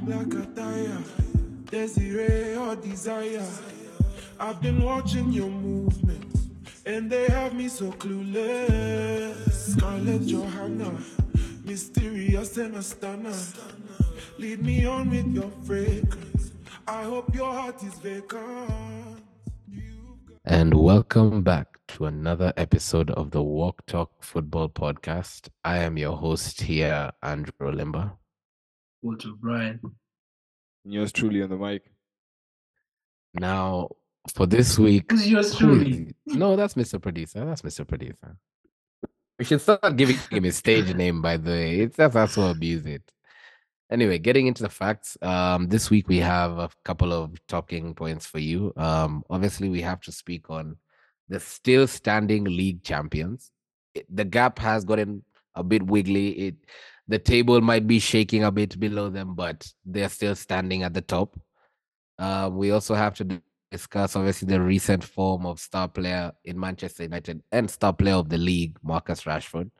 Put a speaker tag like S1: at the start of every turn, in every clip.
S1: black attire, Desiree or desire. I've been watching your movements, and they have me so clueless. Scarlett Johanna, mysterious and a stunner. Lead me on with your fragrance. I hope your heart is vacant. You've got-
S2: And welcome back to another episode of the Walk Talk Football Podcast. I am your host here, Andrew Limba.
S3: What's up, Brian?
S4: Yours truly on the mic.
S2: Now, for this week,
S3: Who's yours truly?
S2: Hmm, no, that's Mr. Producer. That's Mr. Producer. We should start giving him his stage name, by the way. It's that's that's what abuse it. Anyway, getting into the facts. Um, this week we have a couple of talking points for you. Um, obviously we have to speak on the still standing league champions. It- the gap has gotten a bit wiggly. It the table might be shaking a bit below them, but they're still standing at the top. Uh, we also have to discuss obviously the recent form of star player in Manchester United and star player of the league, Marcus Rashford.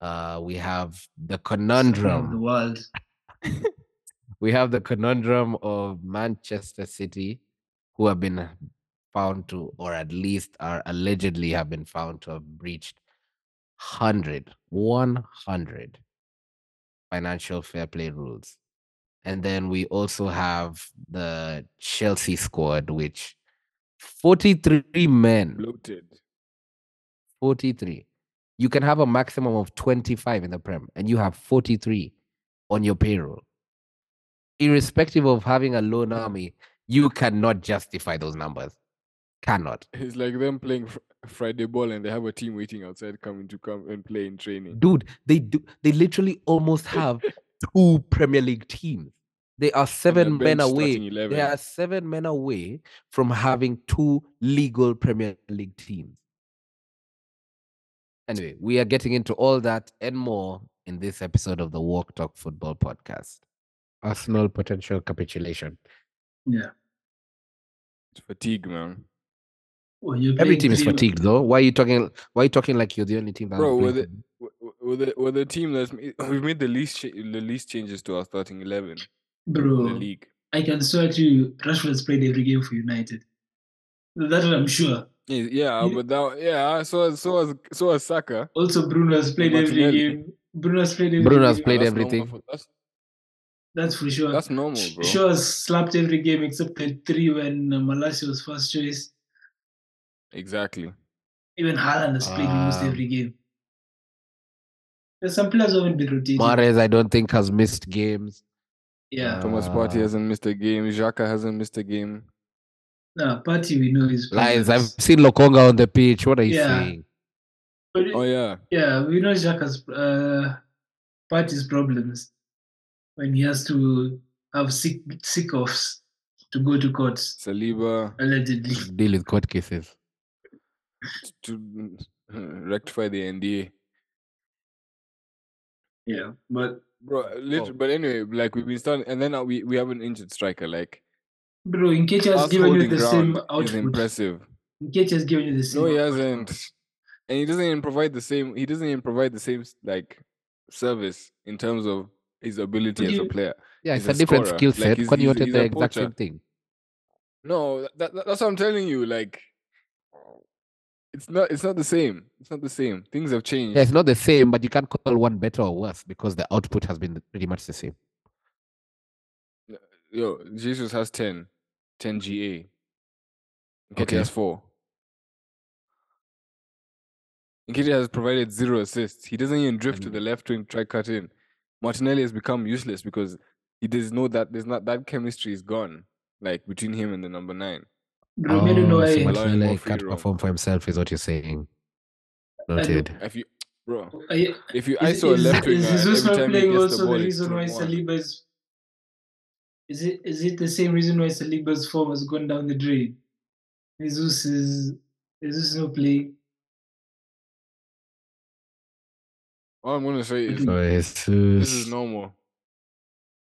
S2: Uh, we have the
S3: Of the
S2: conundrum.
S3: world.
S2: We have the conundrum of Manchester City, who have been found to, or at least are allegedly have been found to have breached 100, 100 financial fair play rules. And then we also have the Chelsea squad, which 43 men
S4: Bloated.
S2: 43. You can have a maximum of 25 in the Prem, and you have 43 on your payroll. Irrespective of having a lone army, you cannot justify those numbers. Cannot.
S4: It's like them playing fr- Friday ball and they have a team waiting outside coming to come and play in training.
S2: Dude, they do they literally almost have two Premier League teams. They are
S4: And their
S2: seven men
S4: bench
S2: away.
S4: starting 11.
S2: They are seven men away from having two legal Premier League teams. Anyway, we are getting into all that and more in this episode of the Walk Talk Football Podcast. Arsenal potential capitulation.
S3: Yeah.
S4: It's fatigue, man.
S3: Well, you're
S2: Every
S3: playing
S2: team is
S3: three-
S2: fatigued, though. Why are you talking? Why are you talking like you're the only team that?
S4: Bro,
S2: was
S4: were
S2: playing
S4: they- W- w- We're the, we're the team that's ma- we've made the least cha- the least changes to our starting eleven in the
S3: Bro,
S4: league.
S3: I can swear to you, Rashford has played every game for United. That's what I'm sure.
S4: Yeah, yeah,
S3: You-
S4: but that yeah, so has- so has so has Saka.
S3: Also, Bruno has played every
S4: Martinelli.
S3: game. Bruno has played every
S2: Bruno has
S3: game.
S2: played
S4: That's
S2: everything.
S4: Normal for, that's,
S3: That's for sure.
S4: that's normal,
S3: Sh-
S4: bro.
S3: Shaw has slapped every game except the three when uh, Malacia was first choice.
S4: Exactly.
S3: Even Haaland has played almost
S2: Um,
S3: every game. There's some players who haven't been rotated.
S2: Mahrez, I don't think has missed games.
S3: yeah.
S4: Thomas Partey
S2: Uh,
S4: hasn't missed a game. Xhaka hasn't missed a game.
S3: No, Party we know is
S2: Lies. I've seen Lokonga on the pitch. What are you
S3: Yeah.
S2: saying?
S3: But-
S4: Oh yeah,
S3: Yeah, we know Xhaka's uh, part his problems when he has to have sick sick offs to go to court
S4: Saliba
S3: allegedly.
S2: Deal with court cases.
S4: to mm, rectify the NDA.
S3: Yeah, but
S4: Bro, literally,
S2: Oh.
S4: but anyway, like we've been starting, and then uh, we we have an injured striker. Like
S3: bro, Nketiah has
S4: us
S3: given you
S4: holding
S3: the same
S4: ground is
S3: output.
S4: impressive.
S3: Nketiah has given you the same.
S4: No, he
S3: output.
S4: hasn't, and he doesn't even provide the same. He doesn't even provide the same s- like service in terms of his ability as a
S3: you-
S4: player.
S2: Yeah,
S4: He's
S2: it's a,
S4: a
S2: different
S4: scorer.
S2: skill
S4: Like,
S2: set.
S4: he's-
S2: When you
S4: he's-
S2: wanted
S4: he's
S2: the
S4: a
S2: exact same
S4: poacher.
S2: thing.
S4: No, that, that that's what I'm telling you. Like, it's not it's not the same. It's not the same. Things have changed.
S2: Yeah, it's not the same, but you can't call one better or worse because the output has been pretty much the same.
S4: Yo, Jesus has 10,
S3: Mm-hmm.
S4: 10 GA. Nketiah
S2: Okay.
S4: has four. Nketiah has provided zero assists. He doesn't even drift to
S3: Mm.
S2: And-
S4: the left wing, try cut in. Martinelli has become useless because he does know that there's not that chemistry is gone, like between him and the number nine.
S3: Bro, I don't know
S2: Oh, so
S3: why.
S4: much- Allowing
S2: Martinelli
S4: more free
S2: can't
S4: roam.
S2: perform for himself, is what you're saying.
S3: don't-
S2: Noted.
S4: If you, bro,
S3: I-
S4: if you, I
S3: Is,
S4: saw a
S3: is,
S4: left winger
S3: is
S4: every
S3: Jesus not
S4: time he
S3: playing
S4: gets
S3: also
S4: the
S3: the
S4: ball, it's
S3: reason why
S4: 2-1.
S3: Saliba's? Is it is it the same reason why Saliba's form has gone down the drain? Jesus is Jesus not playing.
S4: All I'm gonna say is
S3: Mm.
S2: So
S4: this is
S2: Jesus.
S4: normal.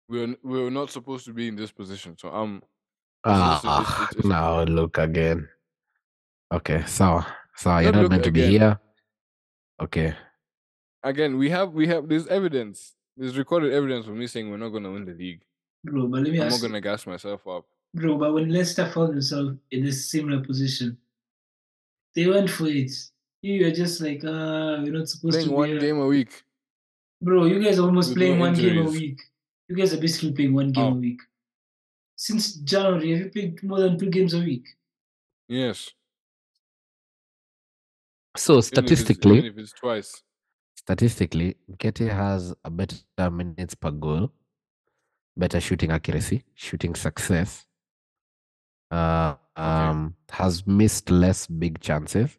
S4: We're n- we're not supposed to be in this position, so I'm it's-
S2: Ah,
S4: it's- it's-
S2: now look again. Okay, so so you're
S4: Not
S2: not
S4: look
S2: meant to be
S4: again.
S2: here. Okay.
S4: again, we have we have there's evidence. There's recorded evidence for me saying we're not gonna win the league.
S3: Bro, but let me
S4: I'm
S3: ask
S4: not
S3: you,
S4: gonna gas myself up.
S3: bro, but when Leicester found themselves in a similar position, they went for it. You were just like, ah, we're not supposed
S4: Playing
S3: to
S4: one
S3: be here."
S4: game a week.
S3: Bro, you guys are almost
S4: With
S3: playing
S4: no
S3: one game a
S4: injuries.
S3: week. You guys are basically playing one game
S4: Oh.
S3: a week. Since January, have you played more than two games a week?
S4: Yes.
S2: So
S4: even if it's- even
S2: statistically,
S4: if it's twice.
S2: statistically, Nketiah has a better minutes per goal, better shooting accuracy, shooting success. Uh, um, has missed less big chances.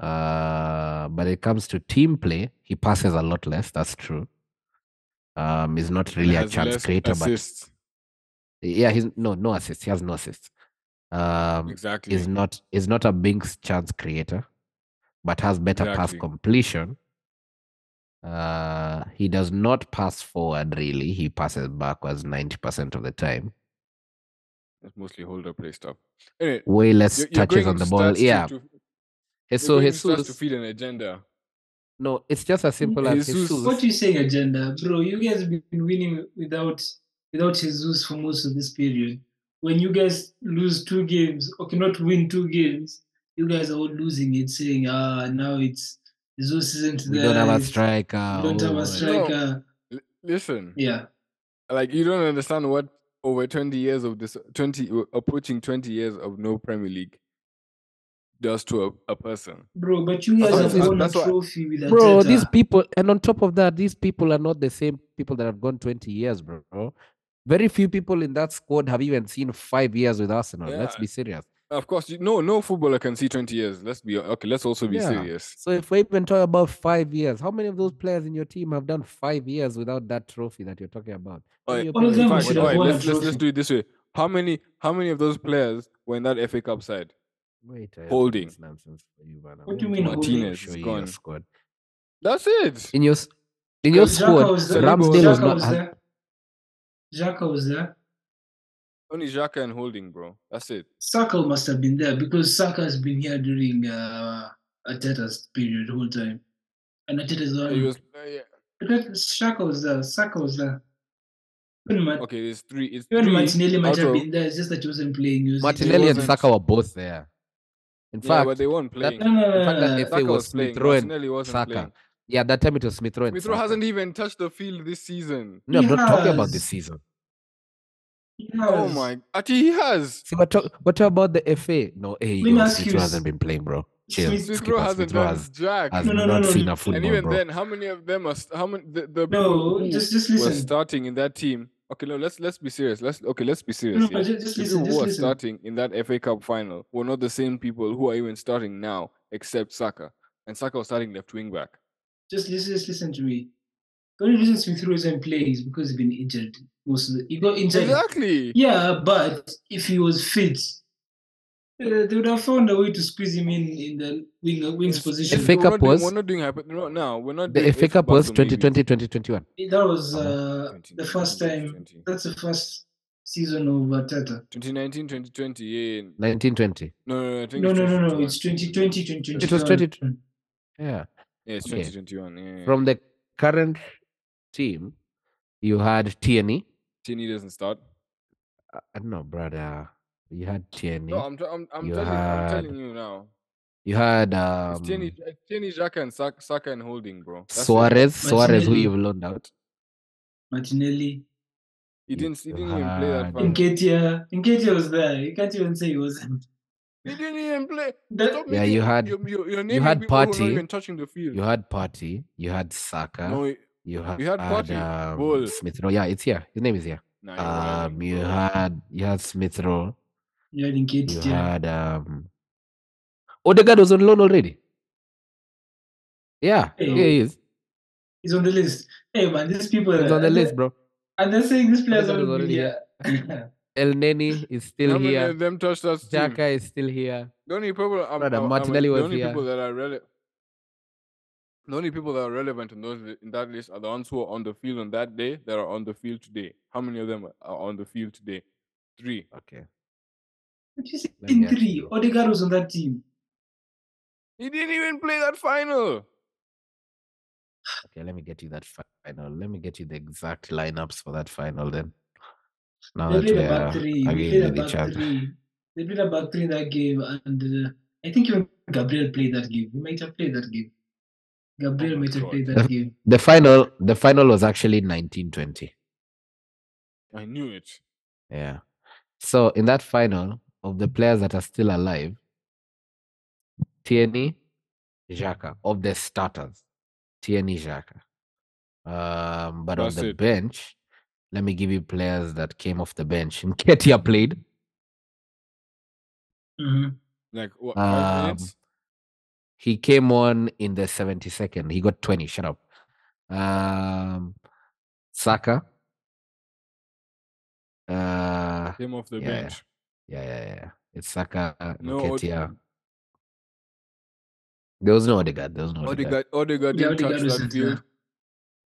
S2: Uh, but it comes to team play, he passes a lot less. That's true. Um, he's not
S4: and
S2: really a
S4: has
S2: chance
S4: less
S2: creator,
S4: assists.
S2: but yeah, he's no no assists. He has no assists. Um,
S4: Exactly.
S2: is not is not a big chance creator, but has better pass
S4: Exactly.
S2: completion. Uh, he does not pass forward really. He passes backwards ninety percent of the time.
S4: It's mostly holder play stuff. Anyway,
S2: Way less
S4: you're, you're
S2: touches
S4: going
S2: on the
S4: into
S2: ball.
S4: stats to-
S2: Yeah,
S4: To, you're
S2: so
S4: going into stats to
S2: Jesus.
S4: feed an agenda.
S2: No, it's just as simple as
S4: Jesus-
S2: Jesus.
S4: What
S3: What you saying, agenda, bro? You guys have been winning without without Jesus for most of this period. When you guys lose two games or cannot win two games, you guys are all losing it, saying, "Ah, now it's Jesus isn't
S2: we
S3: there.
S2: don't have a
S3: it's-
S2: striker.
S3: we don't have
S2: oh,
S3: a striker."
S4: L- listen,
S3: Yeah,
S4: like you don't understand what over 20 years of this 20 w- approaching 20 years of no Premier League does to a, a person.
S3: bro. But you guys
S2: That's
S3: have
S2: why-
S3: won a
S4: that's why-
S3: trophy with Arteta.
S4: uh,
S2: bro these people and on top of that these people are not the same people that have gone 20 years bro very few people in that squad have even seen five years with arsenal let's
S4: Yeah.
S2: be serious
S4: Of course, you, no no footballer can see 20 years. Let's be okay, let's also be
S2: Yeah.
S4: serious.
S2: so if we even talk about five years how many of those players in your team have done five years without that trophy that you're talking about
S4: Alright,
S2: Maybe a
S3: All of
S2: player who
S3: them
S4: Alright,
S3: should
S2: got
S3: have
S2: a-
S4: alright,
S3: won a
S4: let's, let's let's
S3: trophy.
S4: do it this way. How many how many of those players were in that FA Cup side?
S2: Wait, I-
S4: holding.
S2: that's nonsense for you, man. I'm
S3: What do
S2: gonna
S3: you mean
S2: tell
S3: holding?
S2: to
S4: Martinez
S2: show
S4: is
S2: you your
S4: gone.
S2: squad
S4: That's it.
S2: in your s- in your
S3: Xhaka
S2: squad
S3: was there.
S2: ramsdale was
S3: Xhaka
S2: not
S3: was
S2: had-
S3: there. Xhaka was there.
S4: Only Xhaka and Holding, bro. That's it.
S3: Saka must have been there because Saka has been here during uh, Ateta's period the whole time. And Ateta's the
S4: Uh,
S3: one.
S4: He was uh, yeah.
S3: Ateta- Saka was there. Saka was there. Even, Mart-
S4: okay. It's three. It's
S3: even
S4: three
S3: Martinelli might
S4: out
S3: have
S4: of-
S3: been there. It's just that he wasn't playing. He was
S2: martinelli and
S4: wasn't-
S2: saka were both there in
S4: yeah,
S2: fact
S4: but they weren't playing.
S3: No, no,
S2: In
S3: no,
S2: fact,
S3: no,
S2: that
S3: no.
S2: FA
S4: Saka
S2: was
S4: was playing.
S2: Smith Rowe and
S4: Martinelli wasn't
S2: Saka.
S4: playing.
S2: Yeah, that time it was Smith Rowe. and
S4: Mithro
S2: Saka.
S4: hasn't even touched the field this season.
S2: No, I'm not talking about
S3: Yes.
S2: this season.
S3: He
S4: Oh
S3: has-
S4: my! Actually, he has.
S2: See, what talk, what about the FA? No, hey,
S3: Let me
S2: yo,
S3: ask
S2: Smith
S3: you
S2: Rowe
S3: s-
S2: hasn't been playing, bro. Chill.
S3: Smith
S2: Skip
S4: Mithro
S2: us.
S4: hasn't
S2: Smith Rowe
S4: done
S2: has,
S4: jack.
S2: has
S3: No, no, no,
S2: not
S3: no,
S2: seen
S3: no.
S2: a
S4: and
S2: football,
S4: even
S2: bro.
S4: then, how many of them are? St- how many the, the people
S3: No,
S4: who
S3: just just
S4: were
S3: listen.
S4: starting in that team? Okay, no. Let's let's be serious. Let's okay. Let's be
S3: No,
S4: serious.
S3: no,
S4: yeah?
S3: just, just
S4: The
S3: listen.
S4: people
S3: Just
S4: who are
S3: listen.
S4: starting in that FA Cup final were not the same people who are even starting now, except Saka. And Saka was starting left wing back.
S3: Just, just, just listen to me. The only reason Smith Rowe isn't playing is because he's been injured. Most of the, he got injured.
S4: Exactly.
S3: Yeah, but if he was fit, uh, they would have found a way to squeeze him in in the wing uh, wings
S4: It's-
S3: position.
S2: FA
S4: we're not
S2: Cup
S4: doing-
S2: was-
S4: We're not doing hyper. No, now we're not.
S2: The
S4: doing
S2: FA Cup
S4: back
S2: was
S4: to maybes.
S2: 2020 2021.
S3: That was
S2: Uh-huh.
S3: uh, the first time.
S4: 2020.
S3: That's the first season of uh, Arteta.
S4: 2019, 2020, yeah.
S2: 1920.
S4: No, no, no, I think
S3: No,
S4: it's
S3: no, no, no.
S4: 2021.
S3: It's 2020, 2021.
S2: It was 20 Yeah.
S4: Yeah, it's
S2: Okay.
S4: 2021. Yeah, yeah.
S2: From the current team, you had Tierney.
S4: Tini doesn't start.
S2: Uh, no, brother. You had Tierney.
S4: No, I'm, t- I'm, I'm
S2: You
S4: telling, I'm
S2: had-
S4: telling you now.
S2: you had um,
S4: It's Tini, Tini, Xhaka, and Saka, Saka and Holding, bro. That's it.
S2: Suarez. Suarez, who
S3: Martinelli.
S2: you've loaned out.
S3: Martinelli.
S4: He
S2: You
S4: didn't, he didn't even play
S2: had-
S4: that final.
S3: Nketiah. Nketiah was there. You can't even say he wasn't.
S4: He didn't even play.
S3: That,
S4: Stop
S2: Yeah,
S4: making-
S2: you had-
S4: You're, you're, you're naming
S2: had
S4: people who are not
S2: Partey.
S4: even touching the field.
S2: You had Party, you had Saka,
S4: no, he-
S2: you had,
S4: you had Partey,
S2: um,
S4: Bull.
S2: Smith Rowe. Yeah, it's here. His name is here.
S4: nah, you're
S2: Um,
S4: wilding,
S2: you
S4: bro.
S2: had you had Smith Rowe.
S3: you had
S2: You
S3: Nketiah.
S2: had um, Odegaard was on loan already. Yeah, yeah,
S3: Hey.
S2: he is.
S3: He's on the list. Hey man, these people
S2: He's on the
S3: and they-
S2: list, bro.
S3: And they're saying this player's
S2: Odegaard is
S3: already
S2: already
S3: here.
S2: El Neni is
S4: How
S2: still
S4: many
S2: here.
S4: of them touched us?
S2: Jaka is still here.
S4: The only people I'm,
S2: Brother,
S4: I'm- I'm-
S2: Martinelli
S4: the
S2: was
S4: only
S2: here.
S4: people that are relevant. The only people that are relevant in those li- in that list are the ones who are on the field on that day that are on the field today. How many of them are on the field today? Three.
S2: Okay.
S3: What you say?
S2: Let me
S3: In
S2: ask
S3: three,
S2: you.
S3: Odegaard was on that team.
S4: He didn't even play that final.
S2: Okay, let me get you that final. Let me get you the exact lineups for that final then. Now
S3: They
S2: that
S3: played
S2: we
S3: a
S2: are
S3: back three. They
S2: arguing
S3: played a
S2: with each
S3: back
S2: other.
S3: three. They played a back three in that game, and uh, I think even Gabriel played that game. He might have played that game. Gabriel
S4: Oh my
S3: might have
S4: God.
S3: played that game.
S2: The final the final was actually 1920.
S4: I knew it.
S2: Yeah. So in that final of the players that are still alive, Tierney, Xhaka of the starters, Tierney, Xhaka. Um, but
S4: That's
S2: on the
S4: it.
S2: bench, let me give you players that came off the bench. Nketia played.
S3: Mhm.
S4: Like what? Five
S2: Um,
S4: minutes?
S2: He came on in the 72nd. He got 20. Shut up. Um, Saka. Uh,
S4: Came off the
S2: yeah, yeah.
S4: bench.
S2: Yeah, yeah, yeah. It's Saka, uh,
S4: No, Od-
S2: Nketiah. There was no Odegaard. There was no Odegaard.
S4: Odegaard, Odegaard
S3: Yeah,
S4: didn't touch
S3: Odegaard was
S4: that
S3: sent,
S4: field.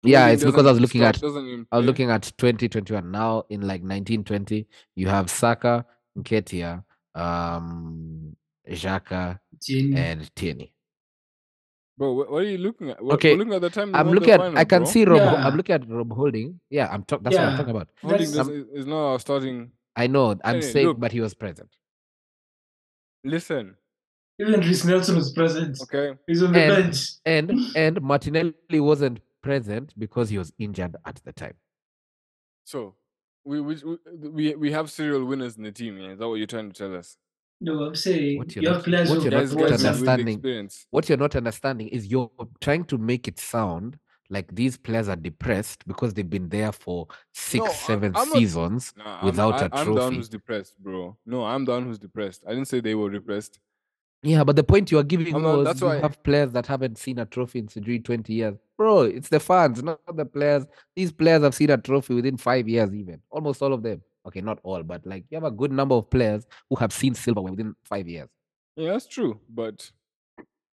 S2: Yeah,
S4: Odegaard
S2: it's because I was
S4: doesn't
S2: looking
S4: start,
S2: at
S4: doesn't even
S2: I was
S4: play.
S2: looking at 2021. Now in like 1920, you have Saka, Nketia, um, Xhaka,
S4: Hmm.
S3: Tierney.
S2: and Tierney.
S4: Bro, wh- what are you looking at? We're,
S2: Okay,
S4: we're looking at the time. they
S2: I'm
S4: won
S2: looking
S4: the
S2: at.
S4: Final,
S2: I can
S4: bro.
S2: see Rob. Ho-
S3: Yeah.
S2: I'm looking at Rob Holding. Yeah, I'm talking. That's what I'm
S3: Yeah.
S2: talking about.
S4: Holding
S3: That's-
S4: this is, is not our starting.
S2: I know. I'm
S4: Hey,
S2: saying,
S4: look.
S2: but he was present.
S4: Listen,
S3: Even Rhys Nelson was present.
S4: okay.
S3: He's on the
S2: And-
S3: bench.
S2: And and Martinelli wasn't present because he was injured at the time.
S4: So we we we- we, we have serial winners in the team. Yeah? Is that what you're trying to tell us?
S3: No, I'm saying
S2: What you're
S3: you
S2: not-
S3: have players
S2: what
S3: who
S2: you're not
S4: Guys,
S3: have
S2: put
S3: players
S4: guys with-
S3: who-
S4: with,
S2: understanding-
S4: experience.
S2: What you're not understanding is you're trying to make it sound like these players are depressed because they've been there for six,
S4: No, I-
S2: seven
S4: I'm not-
S2: seasons.
S4: Nah,
S2: Without
S4: I'm,
S2: a
S4: I, am the one
S2: trophy.
S4: who's depressed, bro. No, I'm the one who's depressed. I didn't say they were depressed.
S2: Yeah, but the point you are giving
S4: I'm not-
S2: was
S4: that's
S2: you
S4: why-
S2: have players that haven't seen a trophy in Sijui 20 years. Bro, it's the fans, not the players. These players have seen a trophy within five years, even. Almost all of them. Okay, not all, but like you have a good number of players who have seen silverware within five years.
S4: Yeah, that's true. But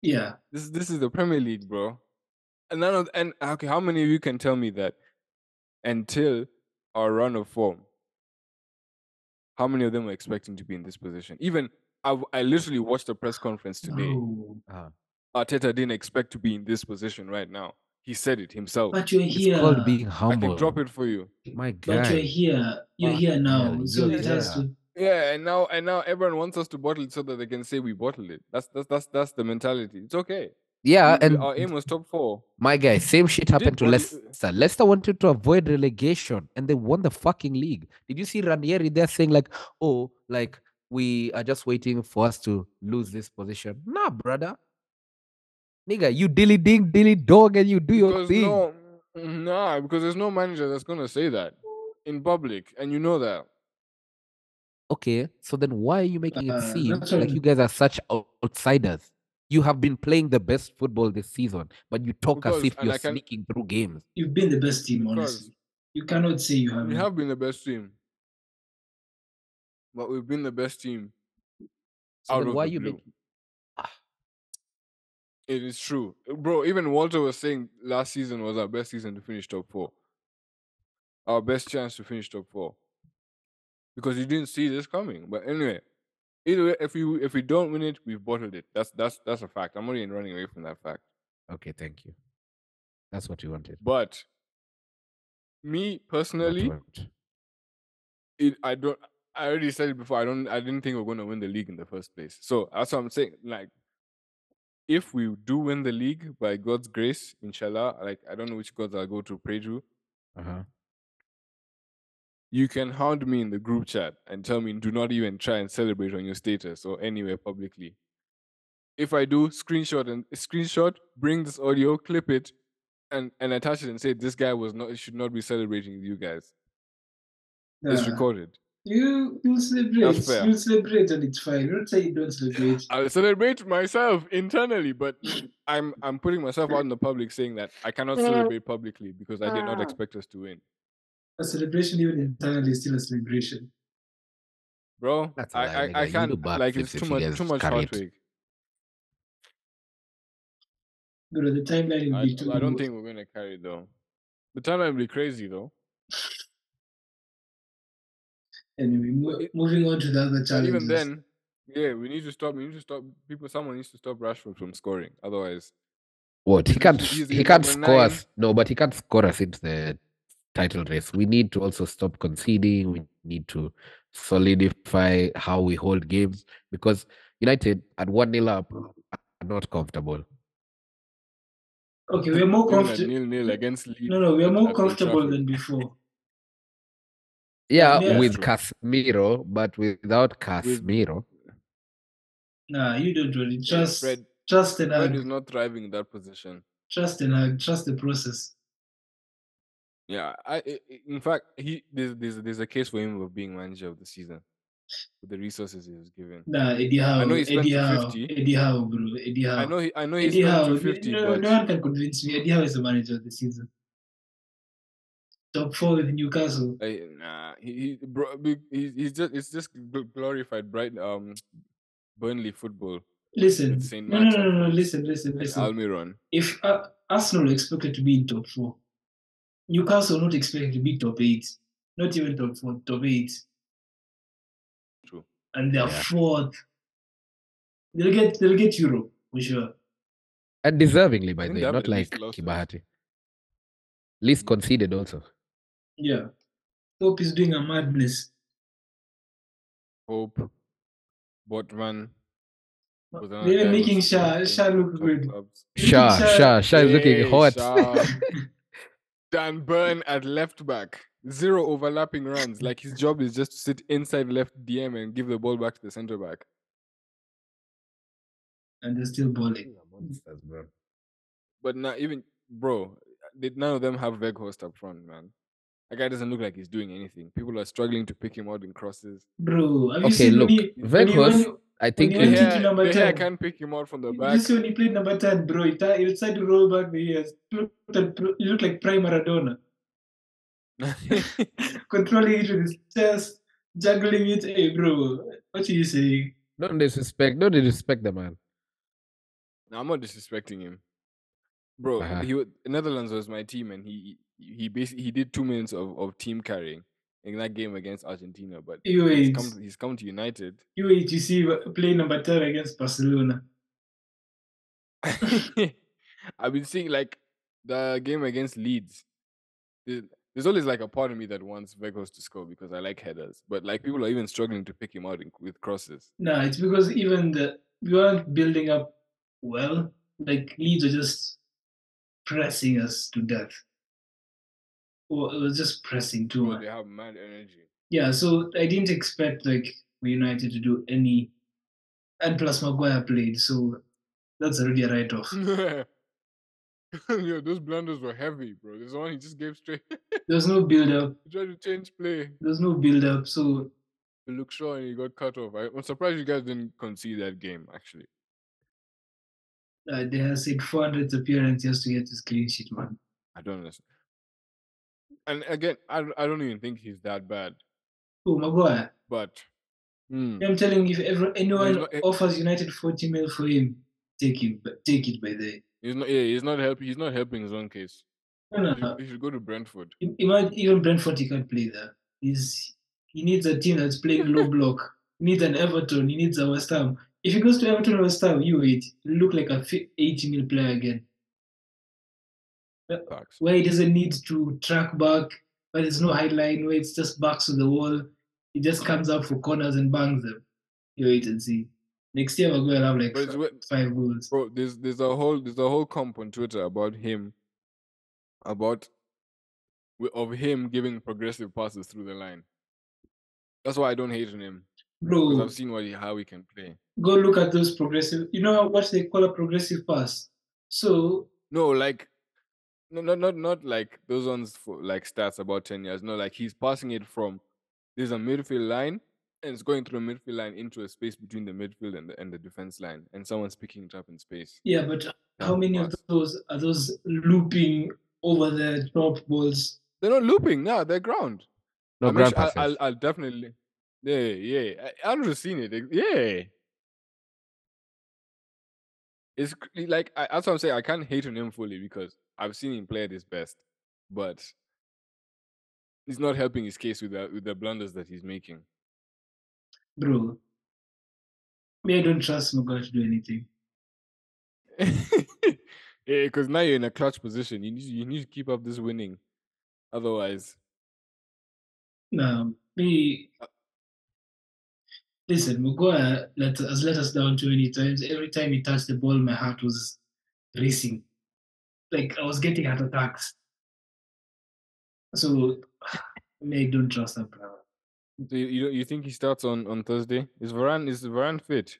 S3: Yeah.
S4: this this is the Premier League, bro. And none of and okay, how many of you can tell me that until our run of form, how many of them were expecting to be in this position? Even I w- I literally watched a press conference today.
S3: No.
S2: Uh,
S4: Arteta didn't expect to be in this position right now. He said it himself.
S3: But you're
S2: it's
S3: here.
S2: called being
S4: I
S2: humble.
S4: can drop it for you.
S2: My
S3: But you're
S2: guy.
S3: here. You're
S2: Fuck
S3: here now.
S2: hell,
S3: so
S2: you're
S3: it has
S2: here.
S3: to.
S4: Yeah, and now and now everyone wants us to bottle it so that they can say we bottled it. That's that's that's that's the mentality. It's okay.
S2: Yeah,
S4: We- we-
S2: and
S4: our aim was top four.
S2: my guy, same shit happened to
S4: body-
S2: Leicester. Leicester wanted to avoid relegation and they won the fucking league. Did you see Ranieri there saying, like, oh, like, we are just waiting for us to lose this position? Nah, brother. Nigga, you dilly ding, dilly dog, and you do your
S4: because
S2: thing.
S4: no, mm, nah, because there's no manager that's gonna say that in public, and you know that.
S2: Okay, so then why are you making
S3: Uh,
S2: it seem
S3: that's
S2: like
S3: what-
S2: you guys are such out- outsiders? You have been playing the best football this season, but you talk
S4: Because-
S2: as if
S4: and
S2: you're
S4: I can-
S2: sneaking through games.
S3: You've been the best team, honestly. You cannot say you haven't.
S4: We have been the best team, but we've been the best team
S2: So
S4: out
S2: then
S4: of
S2: why are
S4: the
S2: you Ah.
S4: blue.
S2: making
S4: It is true, bro. Even Walter was saying last season was our best season to finish top four, our best chance to finish top four, because you didn't see this coming. But anyway, either way, if we if we don't win it, we've bottled it. That's that's that's a fact. I'm not even running away from that fact.
S2: Okay, thank you. That's what you wanted.
S4: But me
S2: That's what
S4: personally,
S2: you want.
S4: it, I don't. I already said it before. I don't. I didn't think we are going to win the league in the first place. So that's what I'm saying. Like, if we do win the league by God's grace, inshallah. Like, I don't know which gods I'll go to pray to.
S2: Uh-huh.
S4: You can hound me in the group chat and tell me do not even try and celebrate on your status or anywhere publicly. If I do, screenshot and screenshot, bring this audio, clip it, and and attach it and say this guy was not should not be celebrating with you guys. It's
S3: Yeah.
S4: recorded.
S3: You you celebrate.
S4: That's fair.
S3: You celebrate and it's fine. Don't say you don't celebrate.
S4: I'll celebrate myself internally, but I'm I'm putting myself out in the public saying that I cannot celebrate publicly because I did not expect us to win.
S3: A celebration even internally is still a celebration.
S4: Bro,
S2: That's a
S4: I,
S2: lie,
S4: I,
S2: nigga.
S4: I
S2: You
S4: can't
S2: do
S4: like it's
S2: backflips if
S4: too
S2: you
S4: much
S2: guys
S4: too much
S2: carry it.
S4: heartbreak.
S3: Bro, the timeline will
S4: I,
S3: be too
S4: I don't think we're gonna carry it though. The timeline will be crazy though.
S3: anyway. Mo-
S4: it-
S3: moving on to the other
S4: But
S3: challenges.
S4: even then, yeah, we need to stop. We need to stop. People, someone needs to stop Rashford from scoring. Otherwise,
S2: What he can't
S4: He's- he's
S2: he
S4: in
S2: can't
S4: number
S2: score
S4: nine.
S2: us. No, but he can't score us into the title race. We need to also stop conceding. We need to solidify how we hold games because United at one nil up are not comfortable.
S3: Okay, we're more comfortable.
S4: Nil nil against Leeds.
S3: No, no, we're more
S4: At Old
S3: comfortable
S4: Trafford.
S3: than before.
S2: Yeah,
S3: Yeah.
S2: with Casemiro, but without Casemiro,
S3: Nah, you don't really
S4: Yeah,
S3: trust.
S4: Fred,
S3: Trust and
S4: Fred is
S3: hug.
S4: not thriving in that position.
S3: Trust and hug. Trust the process.
S4: Yeah, I, I I- in fact he there's, there's there's a case for him of being manager of the season with the resources he was given.
S3: Nah, Eddie Howe.
S4: know he spent
S3: Eddie Howe.
S4: 50.
S3: Eddie Howe, bro. Eddie Howe.
S4: I know he I know he's
S3: Eddie Howe.
S4: spent 250,
S3: no,
S4: but
S3: no one can convince me. Eddie Howe is the manager of the season. Top four with Newcastle.
S4: I, nah, he, he bro, be- he- he's just it's just gl- glorified bright um Burnley football
S3: Listen.
S4: with Saint
S3: No, no, no, no,
S4: Martin
S3: no. Listen, listen,
S4: and
S3: listen.
S4: Almiron.
S3: If uh, Arsenal are expected to be in top four, Newcastle not expected to be top eight. Not even top four. Top eight.
S4: True.
S3: And they're
S2: Yeah.
S3: fourth. They'll get. They'll get Europe for sure.
S2: and deservingly by
S4: think
S2: the
S4: they
S2: way,
S4: have
S2: not
S4: at least
S2: like
S4: lost us.
S2: Kibahati. Least conceded also.
S3: Yeah. Pope is doing a madness.
S4: Hope, Botman. Bozan
S3: They were
S4: guy was
S3: making Shah,
S4: playing
S3: Shah look
S4: top
S3: good.
S4: clubs.
S2: Shah,
S3: Shah-
S2: Shah, Shah is looking
S4: Hey,
S2: hot.
S4: Shah. Dan Burn at left back. Zero overlapping runs. Like his job is just to sit inside left DM and give the ball back to the center back.
S3: And they're still balling.
S2: Monsters, bro.
S4: But now even bro, they, none of them have Veghorst up front, man. That guy doesn't look like he's doing anything. People are struggling to pick him out in crosses.
S3: Bro, have you
S2: Okay,
S3: seen
S2: look,
S3: when he, when he-
S2: Veghorst,
S3: when he-
S2: I think
S3: you
S2: we
S3: went
S2: need-
S3: into
S4: Yeah,
S3: number
S4: the hair
S3: 10.
S4: can't pick him out from the
S3: you
S4: back.
S3: see when he played number 10, bro, he, ti- he tried to roll back the years. Looked at, pro- he looked like prime Maradona. Controlling it with his chest, juggling it. Hey, bro, what are you saying?
S2: Don't disrespect. Don't disrespect the man.
S4: No, I'm not disrespecting him, bro.
S2: Uh-huh.
S4: He wa- Netherlands was my team, and he he he basically he did two minutes of, of team carrying in that game against Argentina. But
S3: You
S4: he's
S3: wait.
S4: come to- he's come to United.
S3: You wait, you see wh- play number 10 against Barcelona.
S4: I've been seeing like the game against Leeds. the- There's always like a part of me that wants Vegas to score because I like headers, but like people are even struggling to pick him out in, with crosses.
S3: Nah, it's because even the we aren't building up well. Like Leeds are just pressing us to death. Or it was just pressing too
S4: Bro,
S3: much.
S4: they have mad energy.
S3: Yeah, so I didn't expect like United to do any and plus Maguire played, so that's already a write
S4: Mm.
S3: off.
S4: Yo, those blunders were heavy, bro. There's one he just gave straight.
S3: There's no build up.
S4: he tried to change play.
S3: There's no build up, so
S4: to look sure and he got cut off. I, I'm surprised you guys didn't concede that game, actually.
S3: uh, they have said 400 appearance just to get this clean sheet, man.
S4: I don't understand. And again, I, don't- I don't even think he's that bad,
S3: Oh, Maguire.
S4: but hmm,
S3: I'm telling you, if ever anyone
S4: not- eh.
S3: offers United 40 mil for him, take him, but take it by the
S4: he's not. Yeah, he's not helping. He's not helping his own case.
S3: No, no,
S4: He
S3: no.
S4: should, he should go to Brentford.
S3: I- Imagine even Brentford, he can't play there. He's he needs a team that's playing low block. He needs an Everton. He needs a West Ham. If he goes to Everton or West Ham, you wait. He look like a fi- 80 mil player again,
S4: Facts.
S3: where he doesn't need to track back, where there's no high line, where it's just backs to the wall. He just comes up for corners and bangs them. You wait and see. Next year, Maguire will have like
S4: But it's,
S3: five,
S4: weird-
S3: five goals.
S4: bro, there's there's a whole there's a whole comp on Twitter about him, about wi- of him giving progressive passes through the line. That's why I don't hate on him because
S3: Bro,
S4: I've seen what he, how he can play.
S3: go look at those progressive. You know what they call a progressive pass. So
S4: No, like no not not not like those ones for like stats about ten yards. No, like he's passing it from there's a midfield line and it's going through a midfield line into a space between the midfield and the and the defense line and someone's picking it up in space.
S3: Yeah, but how
S4: Dumb
S3: many of
S4: pass.
S3: those are those looping over the top balls?
S4: They're not looping, no, they're ground.
S2: No
S4: I make
S2: grand
S4: sure- I'll,
S2: passes.
S4: I'll I'll definitely Yeah, yeah. I, Andrew's seen it. ex- Yeah. It's cr- like I, that's what I'm saying. I can't hate on him fully because I've seen him play at his best, but he's not helping his case with the with the blunders that he's making.
S3: Bro, me, I don't trust Maguire to do anything.
S4: Yeah, because now you're in a clutch position. You need you need to keep up this winning. Otherwise,
S3: No, Um, me. Listen, Maguire let, has let us down too many times. Every time he touched the ball, my heart was racing. Like I was getting heart attacks. So, me, I don't trust that brother.
S4: so you you, don't- you think he starts on on Thursday? Is Varane is Varane fit?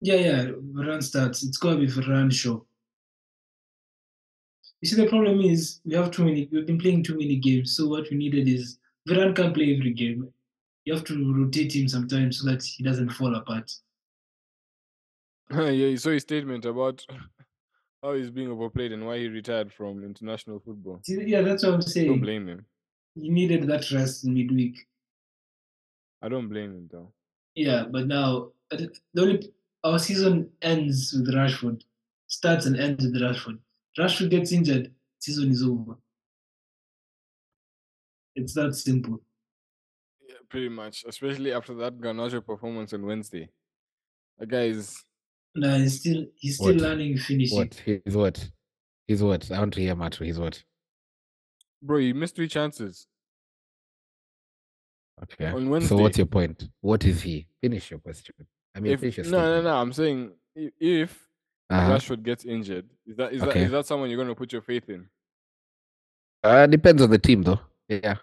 S3: Yeah, yeah, Varane starts. It's gonna be Varane show. You see, the problem is we have too many. We've been playing too many games. So what we needed is Varane can't play every game. You have to rotate him sometimes so that he doesn't fall apart.
S4: yeah, you saw his statement about how he's being overplayed and why he retired from international football.
S3: See, yeah, that's what I'm
S4: I don't
S3: saying.
S4: blame him.
S3: He needed that rest in midweek.
S4: I don't blame him though.
S3: Yeah, but now I think the only our season ends with Rashford, starts and ends with Rashford. Rashford gets injured, season is over. It's that simple.
S4: Yeah, pretty much. Especially after that Garnacho performance on Wednesday. That guy is
S3: No, he's still he's still
S2: What?
S3: learning finishing.
S2: What? He's what? He's what? I want to hear Matu. He's what?
S4: bro, he missed three chances.
S2: Okay.
S4: On
S2: So what's
S4: Wednesday.
S2: your point? What is he? Finish your question. I mean,
S4: If,
S2: finish your
S4: no, no,
S2: statement.
S4: no. I'm saying i- if
S2: Uh-huh.
S4: Rashford gets injured, is that is that
S2: Okay.
S4: is that someone you're gonna put your faith in?
S2: Uh, depends on the team, though. Yeah.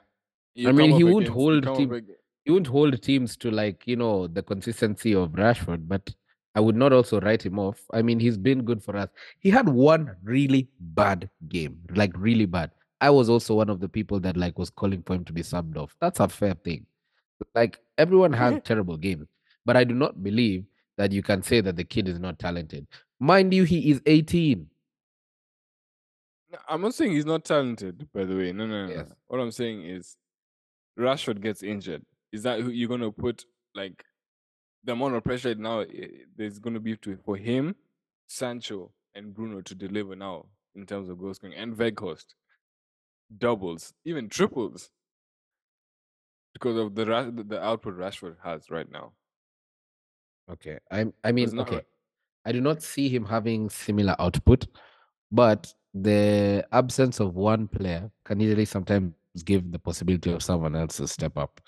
S4: You
S2: I mean,
S4: come
S2: he
S4: up
S2: won't
S4: against- you
S2: hold
S4: come up
S2: team-
S4: ag-
S2: You wouldn't hold teams to like you know the consistency of Rashford, but I would not also write him off. I mean, he's been good for us. He had one really bad game, like really bad. I was also one of the people that like was calling for him to be subbed off. That's a fair thing. Like everyone has terrible games, but I do not believe that you can say that the kid is not talented. Mind you, he is 18.
S4: No, I'm not saying he's not talented, by the way. No, no, no. no.
S2: Yes.
S4: What I'm saying is, Rashford gets injured. Is that who you're gonna put like the amount of pressure now? i- There's gonna be to for him, Sancho and Bruno to deliver now in terms of goal scoring and Veghorst, doubles, even triples, because of the Ra- the- the output Rashford has right now.
S2: Okay. I I mean,
S4: not
S2: okay.
S4: right.
S2: I do not see him having similar output, but the absence of one player can easily sometimes give the possibility of someone else to step up.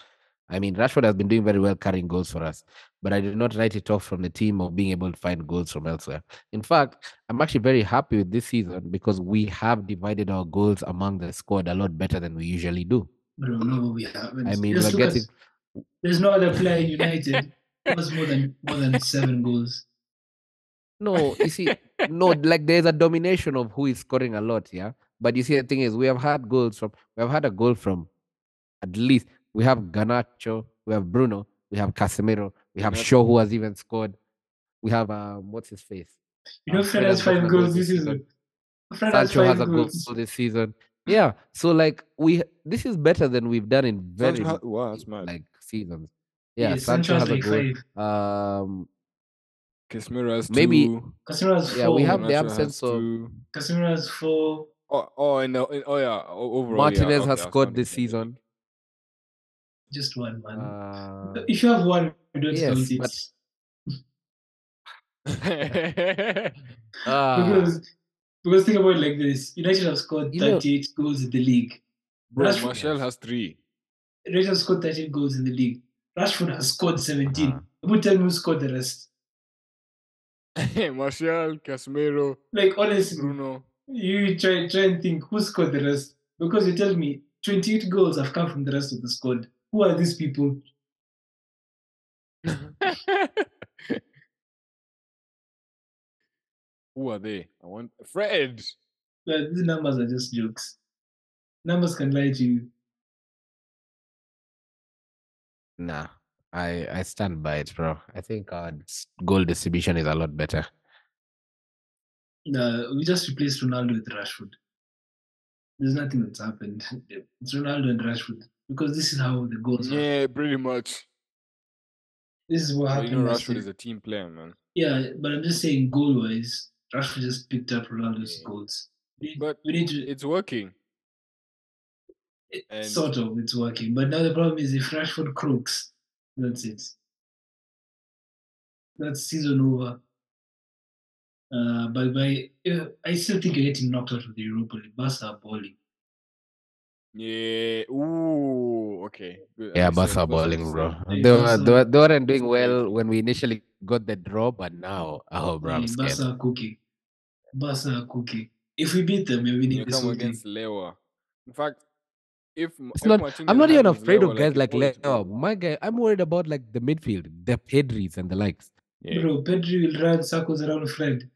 S2: I mean, Rashford has been doing very well carrying goals for us, but I do not write it off from the team of being able to find goals from elsewhere. In fact, I'm actually very happy with this season because we have divided our goals among the squad a lot better than we usually do.
S3: Bro, no, we haven't.
S2: I mean,
S3: Just
S2: we're
S3: look at-
S2: getting-
S3: there's no other player in United who has more than more than seven goals.
S2: No, you see, no, like there's a domination of who is scoring a lot, yeah. But you see, the thing is, we have had goals from, we have had a goal from, at least we have Ganacho, we have Bruno, we have Casemiro, we have
S4: Ganacho.
S2: Shaw who has even scored, we have um, what's his face?
S3: You know,
S2: Um,
S3: Fred
S2: Fred
S3: has
S2: has gotten
S3: five
S2: a
S3: goals
S2: goal
S3: this
S2: this
S3: season. Fred has
S2: Sancho
S3: five
S2: has a goal
S3: goals.
S2: this season. Yeah, so like we, this is better than we've done in very
S4: Sancho ha- wow, that's mad.
S2: like seasons. Yeah,
S3: Yeah,
S2: Sancho,
S3: has
S2: has a
S3: like
S2: goal.
S3: five.
S2: Um,
S4: Casemiro has
S2: Maybe-
S4: two.
S3: Casemiro has four.
S2: Yeah, we have the
S4: Garnacho has
S2: absence of-
S4: two.
S3: Casemiro has four.
S4: Oh, oh, and, uh, and- oh yeah. o- Overall, yeah,
S2: Martinez has
S4: okay, I was
S2: scored
S4: counting
S2: this
S4: that, yeah.
S2: season.
S3: Just one, man.
S2: Uh,
S3: if you have one, you don't
S2: yes,
S3: count it.
S2: but- ah.
S3: because because think about it like this: United have scored
S2: You know-
S3: 38 goals in the league.
S4: Bro,
S3: Rashford-
S4: Martial has three.
S3: United have scored 13 goals in the league. Rashford has scored 17.
S2: Uh-huh.
S3: Who tell me who scored the rest?
S4: Martial, Casemiro,
S3: Like honestly,
S4: Bruno.
S3: you try try and think who scored the rest because you tell me 28 goals have come from the rest of the squad. Who are these people?
S4: Who are they? I want Fred.
S3: Like, these numbers are just jokes. Numbers can lie to you.
S2: Nah, I I stand by it, bro. I think our s- goal distribution is a lot better.
S3: No, we just replaced Ronaldo with Rashford. There's nothing that's happened. It's Ronaldo and Rashford because this is how the goals. are.
S4: Yeah, pretty much.
S3: This is what
S4: But
S3: happened.
S4: you know,
S3: last
S4: Rashford
S3: year.
S4: is a team player, man.
S3: Yeah, but I'm just saying goal wise, Rashford just picked up Ronaldo's
S4: Yeah.
S3: goals. We,
S4: But
S3: we need to
S4: it's working.
S3: it-
S4: and-
S3: sort of it's working. But now the problem is if Rashford crooks, that's it. That's season over. Uh, but by, uh, I still think you're getting knocked out of the Europa League. Barca are balling.
S4: Yeah. Ooh. Okay. Good.
S2: Yeah,
S4: Understand.
S2: Barca are
S4: Barca
S2: balling,
S4: understand.
S2: bro.
S3: Yeah,
S2: They, were,
S3: Barca-
S2: they, were, they weren't doing well when we initially got the draw, but now, oh, bro, I'm
S3: Yeah,
S2: scared.
S3: Barca are cooking. Barca are cooking. If we beat them, we're winning
S4: You
S3: this
S4: come
S3: whole thing.
S4: against Lewa. In fact, if M-
S2: It's
S4: if
S2: not-
S4: Martinez
S2: I'm not even
S4: handles
S2: afraid
S4: Lewa
S2: of guys
S4: he
S2: like
S4: always does-
S2: Leo. My guy, I'm worried about like the midfield, the Pedris and the likes.
S4: Yeah.
S3: Bro, Pedri will run circles around Fred.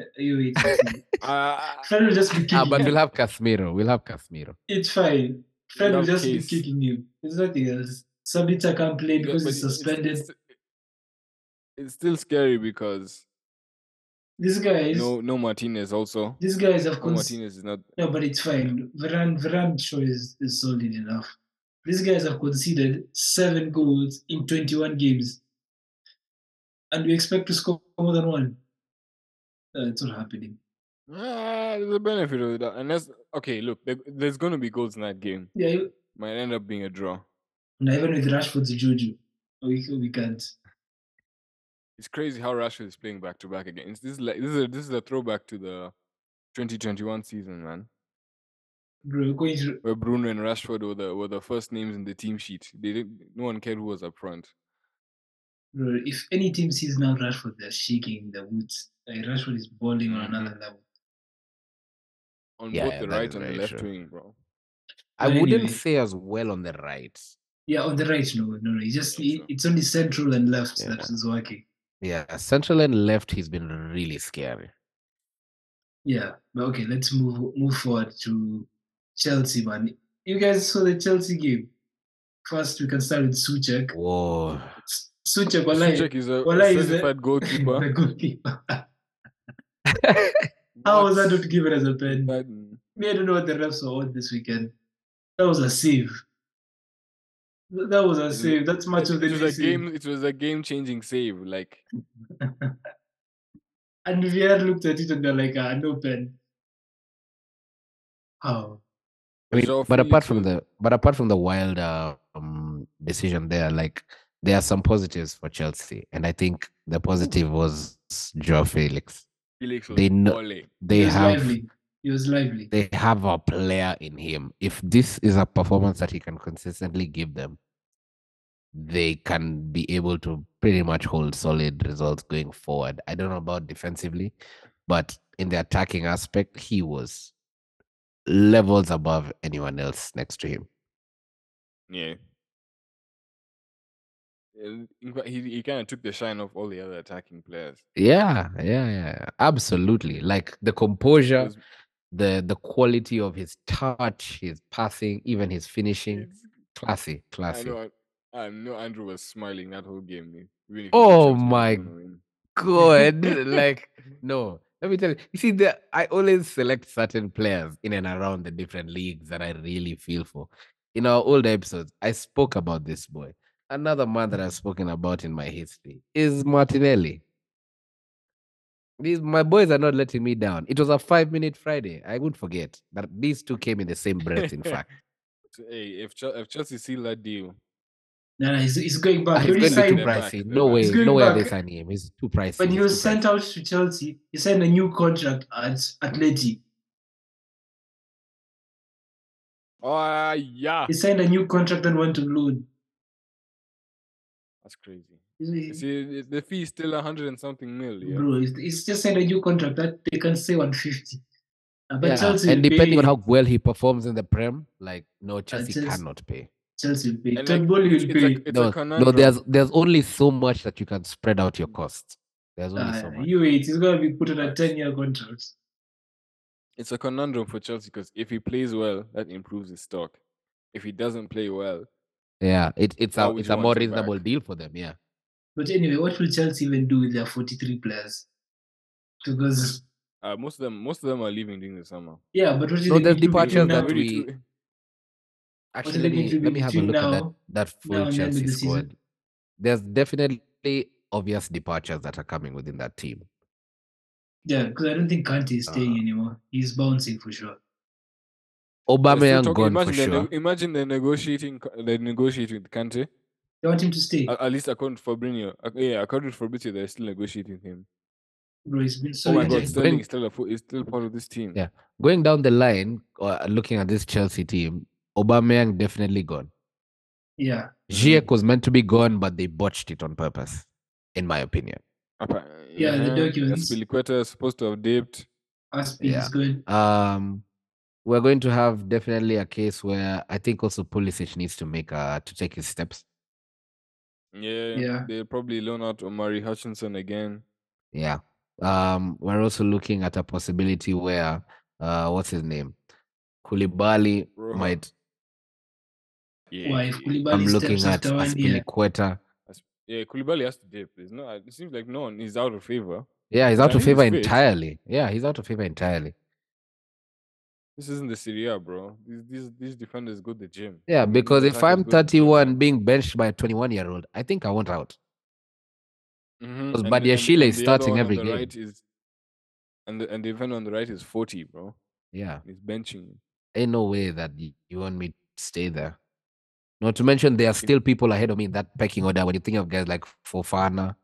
S3: Uh, you wait.
S4: Ah,
S3: Fred will just be kicking
S2: Ah, but
S3: him.
S2: we'll have Casemiro. We'll have Casemiro.
S3: It's fine. Fred will
S4: Love
S3: just
S4: case.
S3: be kicking him. There's nothing else. Sabita can't play
S4: yeah,
S3: because
S4: but
S3: he's
S4: it's-
S3: suspended.
S4: It's, it's still scary because
S3: This guy is
S4: no, no Martinez also.
S3: this guy is of
S4: No
S3: course
S4: Martinez is not.
S3: no, but it's fine. Varane Varane show is, is solid enough. These guys have conceded seven goals in 21 games, and we expect to score more than one. Uh, it's not happening.
S4: Ah, there's a benefit of that, unless okay. Look, there, there's gonna be goals in that game.
S3: Yeah,
S4: Might end up being a draw.
S3: and even with Rashford's juju, we we can't.
S4: It's crazy how Rashford is playing back to back again. It's, this is like this is a, this is a throwback to the 2021 season, man.
S3: Bro, we're going to
S4: where Bruno and Rashford were the were the first names in the team sheet. They didn't, no one cared who was up front.
S3: Bro, if any team sees now Rashford, they're shaking the woods. Like Rashford is balling on
S4: Mm-hmm.
S3: another level.
S4: On
S2: Yeah,
S4: both
S2: yeah,
S4: the
S2: that
S4: right
S2: is
S4: and the
S2: very
S4: left
S2: true.
S4: wing, bro.
S2: I
S3: But
S2: wouldn't
S3: anyway.
S2: say as well on the right.
S3: Yeah, on the right, no, no, no. It's just
S4: Yeah,
S3: it-
S4: so-
S3: it's only central and left
S2: Yeah.
S3: that is working.
S2: Yeah, central and left, he's been really scary.
S3: Yeah, but okay, let's move move forward to Chelsea, man. You guys saw the Chelsea game. First, we can start with Suchek.
S2: Whoa.
S3: S- Suchek,
S4: Suchek
S3: Olai,
S4: is a
S3: Wallahi is a-
S4: certified
S3: the
S4: goalkeeper.
S3: goalkeeper. How was that
S4: What?
S3: not given as a pen?
S4: That- mm.
S3: Me, I don't know what the refs were on this weekend. That was a save. Th- That was a
S4: Is it-
S3: save. That's much
S4: It
S3: of the
S4: it was a
S3: save.
S4: game. It was a game-changing save. Like
S3: And VR looked at it and they're like, ah, no pen. How?
S2: I mean,
S4: Joao
S2: but apart
S4: Felix
S2: from
S4: was-
S2: the but apart from the wild uh, um, decision there, like there are some positives for Chelsea, and I think the positive was Joe Felix.
S4: Felix was
S2: They kno-
S4: balling.
S2: They
S3: he was
S2: have
S3: lively. He was lively.
S2: they have a player in him. If this is a performance that he can consistently give them, they can be able to pretty much hold solid results going forward. I don't know about defensively, but in the attacking aspect, he was levels above anyone else next to him.
S4: Yeah. And in fact, He, he kind of took the shine off all the other attacking players.
S2: Yeah, yeah, yeah. Absolutely. Like the composure,
S4: Because
S2: the the quality of his touch, his passing, even his finishing.
S4: it's-
S2: Classy,
S4: I
S2: classy.
S4: know, I know Andrew was smiling that whole game. eh, Even if he knew
S2: Oh
S4: Chelsea was
S2: my
S4: gonna win.
S2: Good. like, no. Let me tell you. You see, the, I always select certain players in and around the different leagues that I really feel for. In our old episodes, I spoke about this boy. Another man that I've spoken about in my history is Martinelli. These my boys are not letting me down. It was a five minute Friday. I won't forget that these two came in the same breath. In fact,
S4: So, hey, if, Chel- if Chelsea seal that deal,
S3: No, no, he's, he's going back.
S2: Ah,
S3: He
S2: it's going to be too
S3: already signed,
S4: back,
S2: pricey.
S4: they're
S2: No
S4: back.
S2: way,
S3: It's
S2: no
S3: going
S2: way are they
S3: back.
S2: signing him. It's too pricey.
S3: when he
S2: it's
S3: was
S2: too
S3: sent
S2: pricey.
S3: out to Chelsea, he signed a new contract at Atleti.
S4: oh yeah,
S3: He signed a new contract and went to loan.
S4: that's crazy. You
S3: He's-
S4: See, it- the fee is still a hundred and something mil. Yeah.
S3: Bro, he's, he's just signed a new contract that they can say 150. Uh, But
S2: Yeah,
S3: Chelsea
S2: and
S3: will
S2: depending on
S3: pay-
S2: how well he performs in the prem, like no, Chelsea
S3: Chelsea-
S2: cannot pay.
S3: Chelsea will pay.
S4: And,
S3: Todd
S4: like,
S3: Bowley
S4: it's,
S3: will
S4: it's
S3: pay.
S4: a, it's a
S2: no, no,
S4: conundrum.
S2: there's there's only so much that you can spread out your costs. There's only
S3: Uh,
S2: so much.
S3: you wait, he's going to be put on a 10 year contract.
S4: It's a conundrum for Chelsea because if he plays well, that improves his stock. If he doesn't play well,
S2: Yeah, it, it's
S4: Why
S2: a
S4: would
S2: it's
S4: you
S2: a
S4: want
S2: more
S4: him
S2: reasonable
S4: back?
S2: deal for them. Yeah,
S3: But anyway, what will Chelsea even do with their 43 players? Because,
S4: uh, most of them most of them are leaving during the summer.
S3: yeah, but what is
S2: No,
S3: it
S2: there's
S3: between
S2: departures
S3: now-
S2: that
S4: Really
S2: we-
S4: too-
S3: what
S2: actually,
S3: is
S2: let
S3: it
S2: me
S3: between
S2: let me have a
S3: between
S2: look at that
S3: now
S2: that
S3: now
S2: full
S3: and the end of
S2: Chelsea
S3: the season.
S2: squad. There's definitely obvious departures that are coming within that team.
S3: Yeah, because I don't think Kante is staying
S2: Uh,
S3: anymore. He's bouncing for sure.
S4: they're still
S2: Aubameyang
S4: talk-
S2: gone for
S4: imagine they're
S2: sure.
S4: neg- imagine they're negotiating. co- They're negotiating with Kante.
S3: They want him to stay.
S4: Uh, At, at least according to Fabinho. ac- Yeah, according to Fabrizio, they're still negotiating him.
S3: Bro, it's been so
S4: Oh my
S2: you
S4: God,
S2: just-
S3: intense.
S4: Sterling is still a, fo- is still part of this team.
S2: Yeah. Going down the line, or looking at this Chelsea team, Aubameyang definitely gone.
S3: Yeah.
S2: Ziyech was meant to be gone, but they botched it on purpose, in my opinion.
S4: Appa-
S3: Yeah, the documents.
S4: Aspilicueta is supposed to have dipped.
S3: Aspie
S2: Yeah.
S3: is good.
S2: Um, we're going to have definitely a case where I think also Pulisic needs to make uh to take his steps.
S4: Yeah,
S3: Yeah.
S4: They'll probably loan out Omari Hutchinson again.
S2: Yeah. Um, we're also looking at a possibility where uh what's his name? Kulibali
S4: Bro.
S2: might
S4: Yeah,
S3: Why if
S2: I'm
S3: Koulibaly
S2: looking
S3: steps
S2: at
S3: after one year?
S2: Aspilicueta.
S4: yeah. Koulibaly has to dip. It's not. It seems like no one is out of favor.
S2: Yeah, he's out
S4: I
S2: of
S4: think
S2: favor
S4: he's fit.
S2: entirely. Yeah, he's out of favor entirely.
S4: This isn't the Serie A, bro. These these, these defenders go to the gym.
S2: Yeah,
S4: These
S2: because if
S4: attackers
S2: I'm
S4: go to the gym.
S2: 31 being benched by a 21 year old, I think I want out.
S4: Mhm,
S2: Because
S4: and the- and-
S2: Badiashile
S4: and
S2: is
S4: the other
S2: starting
S4: one on
S2: every
S4: the
S2: game.
S4: Right is, and the and the defender on the right is forty, bro.
S2: Yeah.
S4: He's benching. you.
S2: Ain't no way that y- you want me to stay there. Not to mention there are still people ahead of me in that pecking order when you think of guys like Fofana.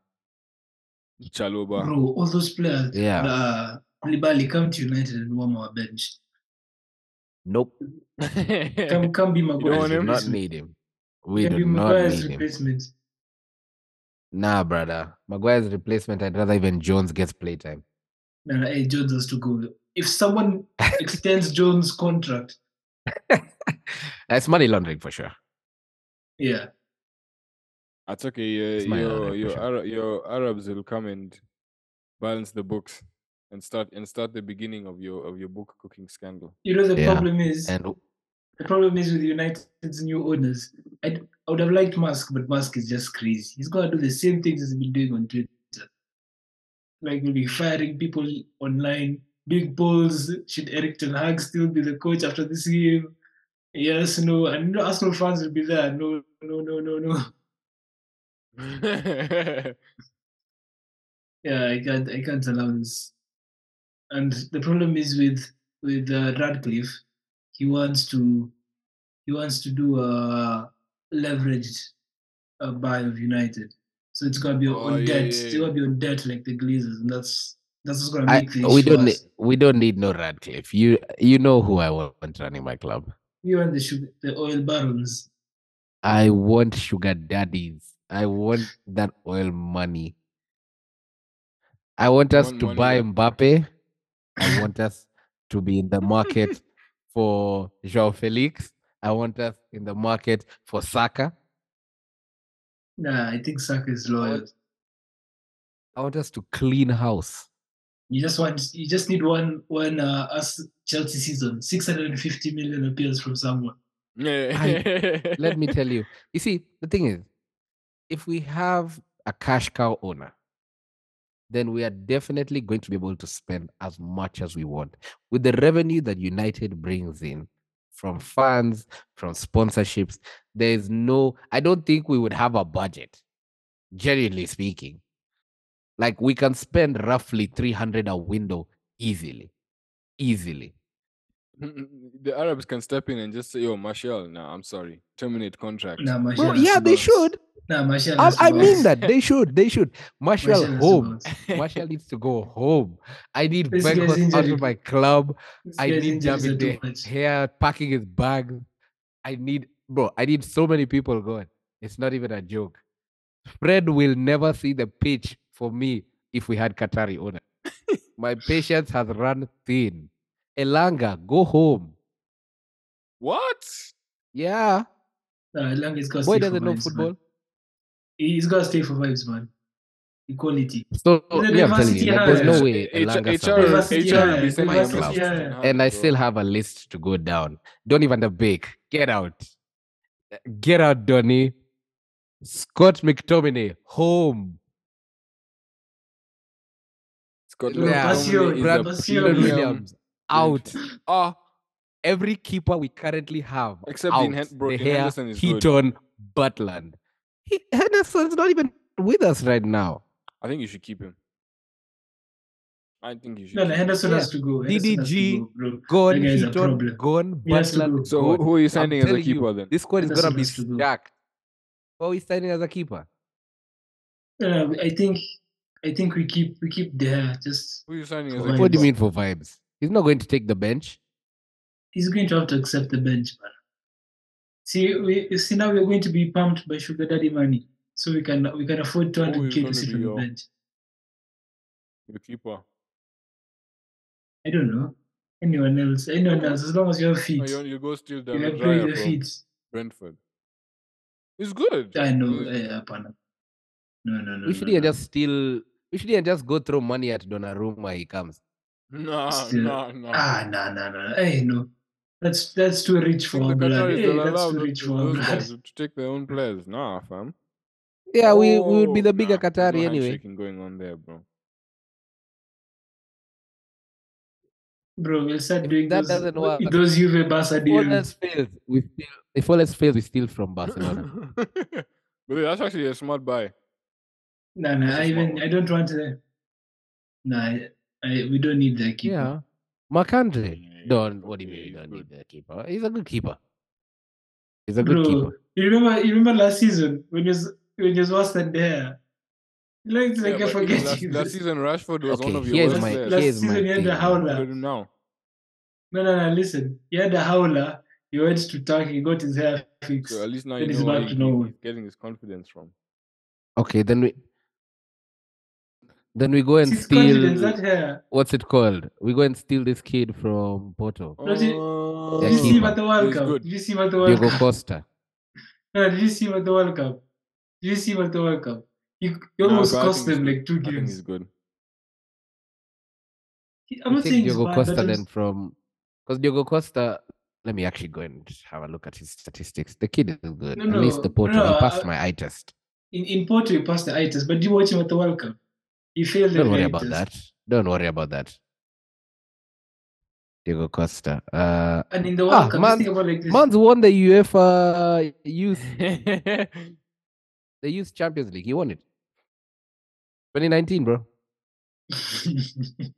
S4: Chaloba.
S3: Bro, all those players.
S2: Yeah.
S3: Uh, Koulibaly, come to United and warm our bench.
S2: Nope.
S3: Come, come be
S4: You don't
S2: we
S4: want
S2: do not
S3: Maguire's
S4: him?
S3: replacement.
S2: need him. We
S3: Can
S2: do
S3: be
S2: not
S3: Maguire's
S2: need him.
S3: replacement.
S2: Nah, brother. Maguire's replacement, I'd rather even Jones gets playtime.
S3: No, no, hey, Jones has to go. If someone extends Jones' contract,
S2: That's money laundering for sure.
S3: yeah,
S4: That's okay. Your
S2: It's my
S4: your
S2: other
S4: your,
S2: question.
S4: Ara- your Arabs will come and balance the books and start and start the beginning of your of your book cooking scandal.
S3: you know the
S2: Yeah.
S3: problem is
S2: And
S3: the problem is with United's new owners. I, d- I would have liked Musk, but Musk is just crazy. He's gonna do the same things he's been doing on Twitter, like we'll be firing people online, doing polls. Should Eric Ten Hag still be the coach after this game? Yes, no, and you know, Arsenal fans will be there. No, no, no, no, no. Yeah, I can't I can't allow this. And the problem is with with uh, Radcliffe, he wants to he wants to do a leveraged uh, buy of United. So it's gonna be on
S4: Oh, yeah,
S3: debt.
S4: yeah,
S3: It's
S4: yeah.
S3: gonna be on debt like the Glazers, and that's that's what's gonna
S2: I,
S3: make things
S2: we don't need,
S3: worse.
S2: we don't need no Radcliffe. You you know who I want running my club.
S3: You and the sugar, the oil barons.
S2: I want sugar daddies. I want that oil money. I want us
S4: want
S2: to
S4: money
S2: buy
S4: that-
S2: Mbappe. I want us to be in the market for João Felix. I want us in the market for Saka.
S3: Nah, I think Saka is loyal.
S2: I want us to clean house.
S3: You just want you just need one one uh, us Chelsea season. Six hundred and fifty million appeals from someone.
S4: Yeah.
S2: Let me tell you. You see, the thing is, if we have a cash cow owner, then we are definitely going to be able to spend as much as we want. With the revenue that United brings in from fans, from sponsorships, there is no, I don't think we would have a budget, genuinely speaking. Like we can spend roughly 300 a window easily. Easily.
S4: the Arabs can step in and just say, "Yo, Martial, nah, I'm sorry, terminate contract."
S3: Nah, Martial
S2: Well,
S3: has
S2: yeah,
S3: to
S2: they
S3: bounce.
S2: should.
S3: Nah, Martial
S2: I,
S3: has to
S2: I mean
S3: bounce.
S2: that. They should. They should.
S3: Martial
S2: Marshall
S3: has to
S2: home.
S3: bounce.
S2: Marshall needs to go home. I need
S3: This guy's
S2: Weghorst out
S3: injured.
S2: of my club.
S3: This
S2: I
S3: guy's
S2: need
S3: injuries are
S2: David
S3: too
S2: De
S3: much.
S2: Gea packing his bag. I need, bro, I need so many people going. It's not even a joke. Fred will never see the pitch for me if we had Qatari owner. my patience has run thin. Elanga, go home.
S4: What?
S2: Yeah.
S3: Nah, Lang is gonna
S2: Boy
S3: stay for
S2: doesn't know
S3: vibes,
S2: football.
S3: Man. He's gonna stay for vibes, man. Equality.
S2: So, me, I'm telling
S3: diversity
S2: you, like, there's
S3: hires.
S2: no way
S4: H-
S2: Elanga
S4: HR,
S2: survives.
S3: Diversity
S4: HR will be
S3: hires,
S2: diversity
S4: sending a message to
S3: hires.
S4: Ten Hag,
S2: and I
S4: bro.
S2: still have a list to go down. Don't even the bake. Get out. Get out, Donny. Scott McTominay, home.
S4: Scott
S3: Look,
S4: yeah.
S3: Basio,
S4: Basio,
S3: Brad
S4: is a
S3: Basio.
S2: Brandon
S4: premium-
S2: Williams, out.
S4: Ah,
S2: Every keeper we currently have,
S4: except
S2: out.
S4: in Hen- bro,
S2: De
S4: Dean
S2: Gea,
S4: Henderson is good.
S2: Keaton, Butland. He, Henderson's not even with us right now.
S4: I think you should keep him. I think you should.
S3: No, no,
S4: keep him.
S3: Henderson
S2: Yeah.
S3: has to go. Henderson has to
S2: DDG.
S3: go, bro.
S2: Gone,
S3: That guy is a
S2: Keaton,
S3: problem.
S2: gone,
S3: He has to
S2: Butland.
S3: go.
S4: So who, who are you signing as a
S2: telling you,
S4: keeper then?
S2: This squad is going
S3: Henderson
S2: to be
S3: has to go.
S2: stacked. Who are we signing as a keeper?
S3: No, no, I think I think we keep we keep there. Just
S4: Who are you signing as?
S3: Come
S4: a
S3: on.
S2: What do you
S4: keeper?
S2: mean for vibes? He's not going to take the bench.
S3: he's going to have to accept the bench, man. See, we see now we're going to be pumped by Sugar Daddy money, so we can we can afford
S4: is
S3: 200k
S2: Oh,
S4: gonna
S3: to sit
S4: be
S3: on the
S4: your-
S3: bench.
S4: The keeper.
S3: I don't know anyone else. Anyone else, as long as you have feet,
S4: No, Oh,
S2: Oh,
S4: you, you go steal
S3: you
S4: Daniel
S3: can play with
S4: Dyer
S3: your
S4: from
S3: feet.
S4: Brentford. It's good.
S3: I know,
S4: It's-
S3: eh, hapana. No, no, no.
S2: We
S3: no,
S2: shouldn't
S3: no.
S2: just steal. We shouldn't just go throw money at Donnarumma. He comes.
S4: Nah,
S3: Still-
S4: nah, nah.
S3: Ah, no, no, no. Hey, no. That's that's too rich for
S4: Think
S3: our
S4: the
S3: blood.
S4: Qataris
S3: Hey,
S4: will
S3: that's
S4: allow
S3: too
S4: those-
S3: rich for our
S4: those
S3: blood.
S4: guys to take their own players. Nah, fam.
S2: Yeah, we, we would be
S4: Oh,
S2: the bigger
S4: nah, there's
S2: Qatari
S4: no
S2: anyway.
S4: handshaking going on there, bro.
S3: Bro, we'll start
S2: If
S3: doing
S2: that
S3: those,
S2: doesn't work,
S3: those Juve Barca
S2: If all
S3: deals.
S2: else fails, we steal. If all else fails, we steal from Barcelona.
S4: but that's actually a smart buy.
S3: No, no,
S4: That's a
S3: I
S4: small
S3: even
S4: one.
S3: I don't want to. No, I, I we don't need the keeper.
S2: yeah, Marcandre.
S4: Yeah,
S2: Don't. What do you mean? You
S4: yeah, he's
S2: don't
S4: good.
S2: need the keeper. He's a good keeper. He's a good
S3: Bro,
S2: keeper.
S3: you remember you remember last season when you was- when you was worse than there. Like it's
S4: Yeah,
S3: like you're
S4: but, you know,
S3: forgetting.
S4: last, last
S3: this.
S4: season, Rashford was one
S2: Okay,
S4: of your
S2: here's
S4: worst
S2: my
S4: players.
S3: last
S2: here's my
S3: season you had the
S2: thing.
S3: howler.
S4: Look at him now.
S3: No, no, no. Listen, he had a howler. He went to Turkey, he got his hair fixed.
S4: So at least now
S3: Then
S4: you
S3: he's
S4: know where
S3: back to
S4: he-
S3: normal.
S4: he's getting his confidence from.
S2: Okay, then we then we go and
S3: Six
S2: steal.
S3: confidence that hair.
S2: what's it called? We go and steal this kid from Porto,
S3: Don't you-
S4: Oh,
S3: Did you see him
S2: keeper.
S3: at the World
S4: He's
S3: Cup?
S4: good.
S3: Did you see him at the World
S2: Diego
S3: Cup?
S2: Costa.
S3: No, did you see him at the World Cup? Did you see him at the World Cup? He, he
S4: Nah,
S3: almost
S4: but I
S3: cost
S4: think
S3: them
S4: he's
S3: like two
S4: I think he's
S3: games.
S4: good.
S3: He- I'm
S2: We
S3: not saying
S2: take
S3: he's
S2: Diego
S3: bad,
S2: Costa
S3: but I'm
S2: then from because Diego Costa. Let me actually go and have a look at his statistics. The kid is good.
S3: No,
S2: At least the
S3: no,
S2: Porto.
S3: no, uh,
S2: he passed
S3: I-
S2: my eye test.
S3: In, in Porto, he passed the eye test, but do you watch him at the World Cup? He failed the
S2: Don't worry
S3: eye
S2: about
S3: test.
S2: that. Don't worry about that. Diego Costa. Uh,
S3: And in the World
S2: Ah,
S3: Cup,
S2: man-
S3: just think about like this.
S2: man's won the UEFA Youth
S4: He's
S2: the Youth Champions League. He won it. 2019, bro.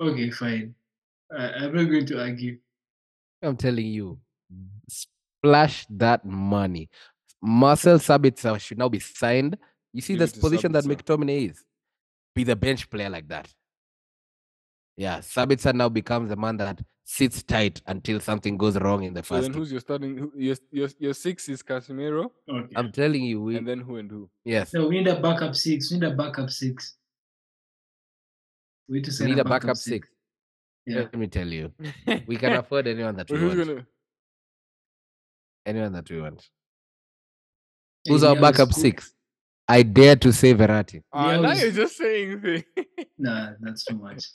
S3: okay, fine. I, I'm not going to argue.
S2: I'm telling you,
S4: Mm-hmm.
S2: splash that money. Marcel Sabitzer should now be signed. You see
S4: Give
S2: this
S4: it to
S2: position that
S4: Sabitzer.
S2: McTominay is. Be the bench player like that. Yeah, Sabitzer now becomes the man that sits tight until something goes wrong in the
S4: so
S2: first.
S4: then who's your starting? Who, your, your, your six is Casemiro,
S3: Okay.
S2: I'm telling you, we
S4: and then who and who?
S2: yes,
S3: No, we need a backup six. We need a backup six. We need to
S2: we
S3: send
S2: need a backup six.
S3: Yeah.
S2: Let me tell you, we can afford anyone that we
S4: But who's
S2: want.
S4: gonna?
S2: Anyone that we want.
S3: Hey,
S2: Who's our
S3: Liao is
S2: backup
S3: cool.
S2: six? I dare to say Verratti.
S4: Ah, now
S3: always-
S4: you're just saying things.
S3: Nah, that's too much.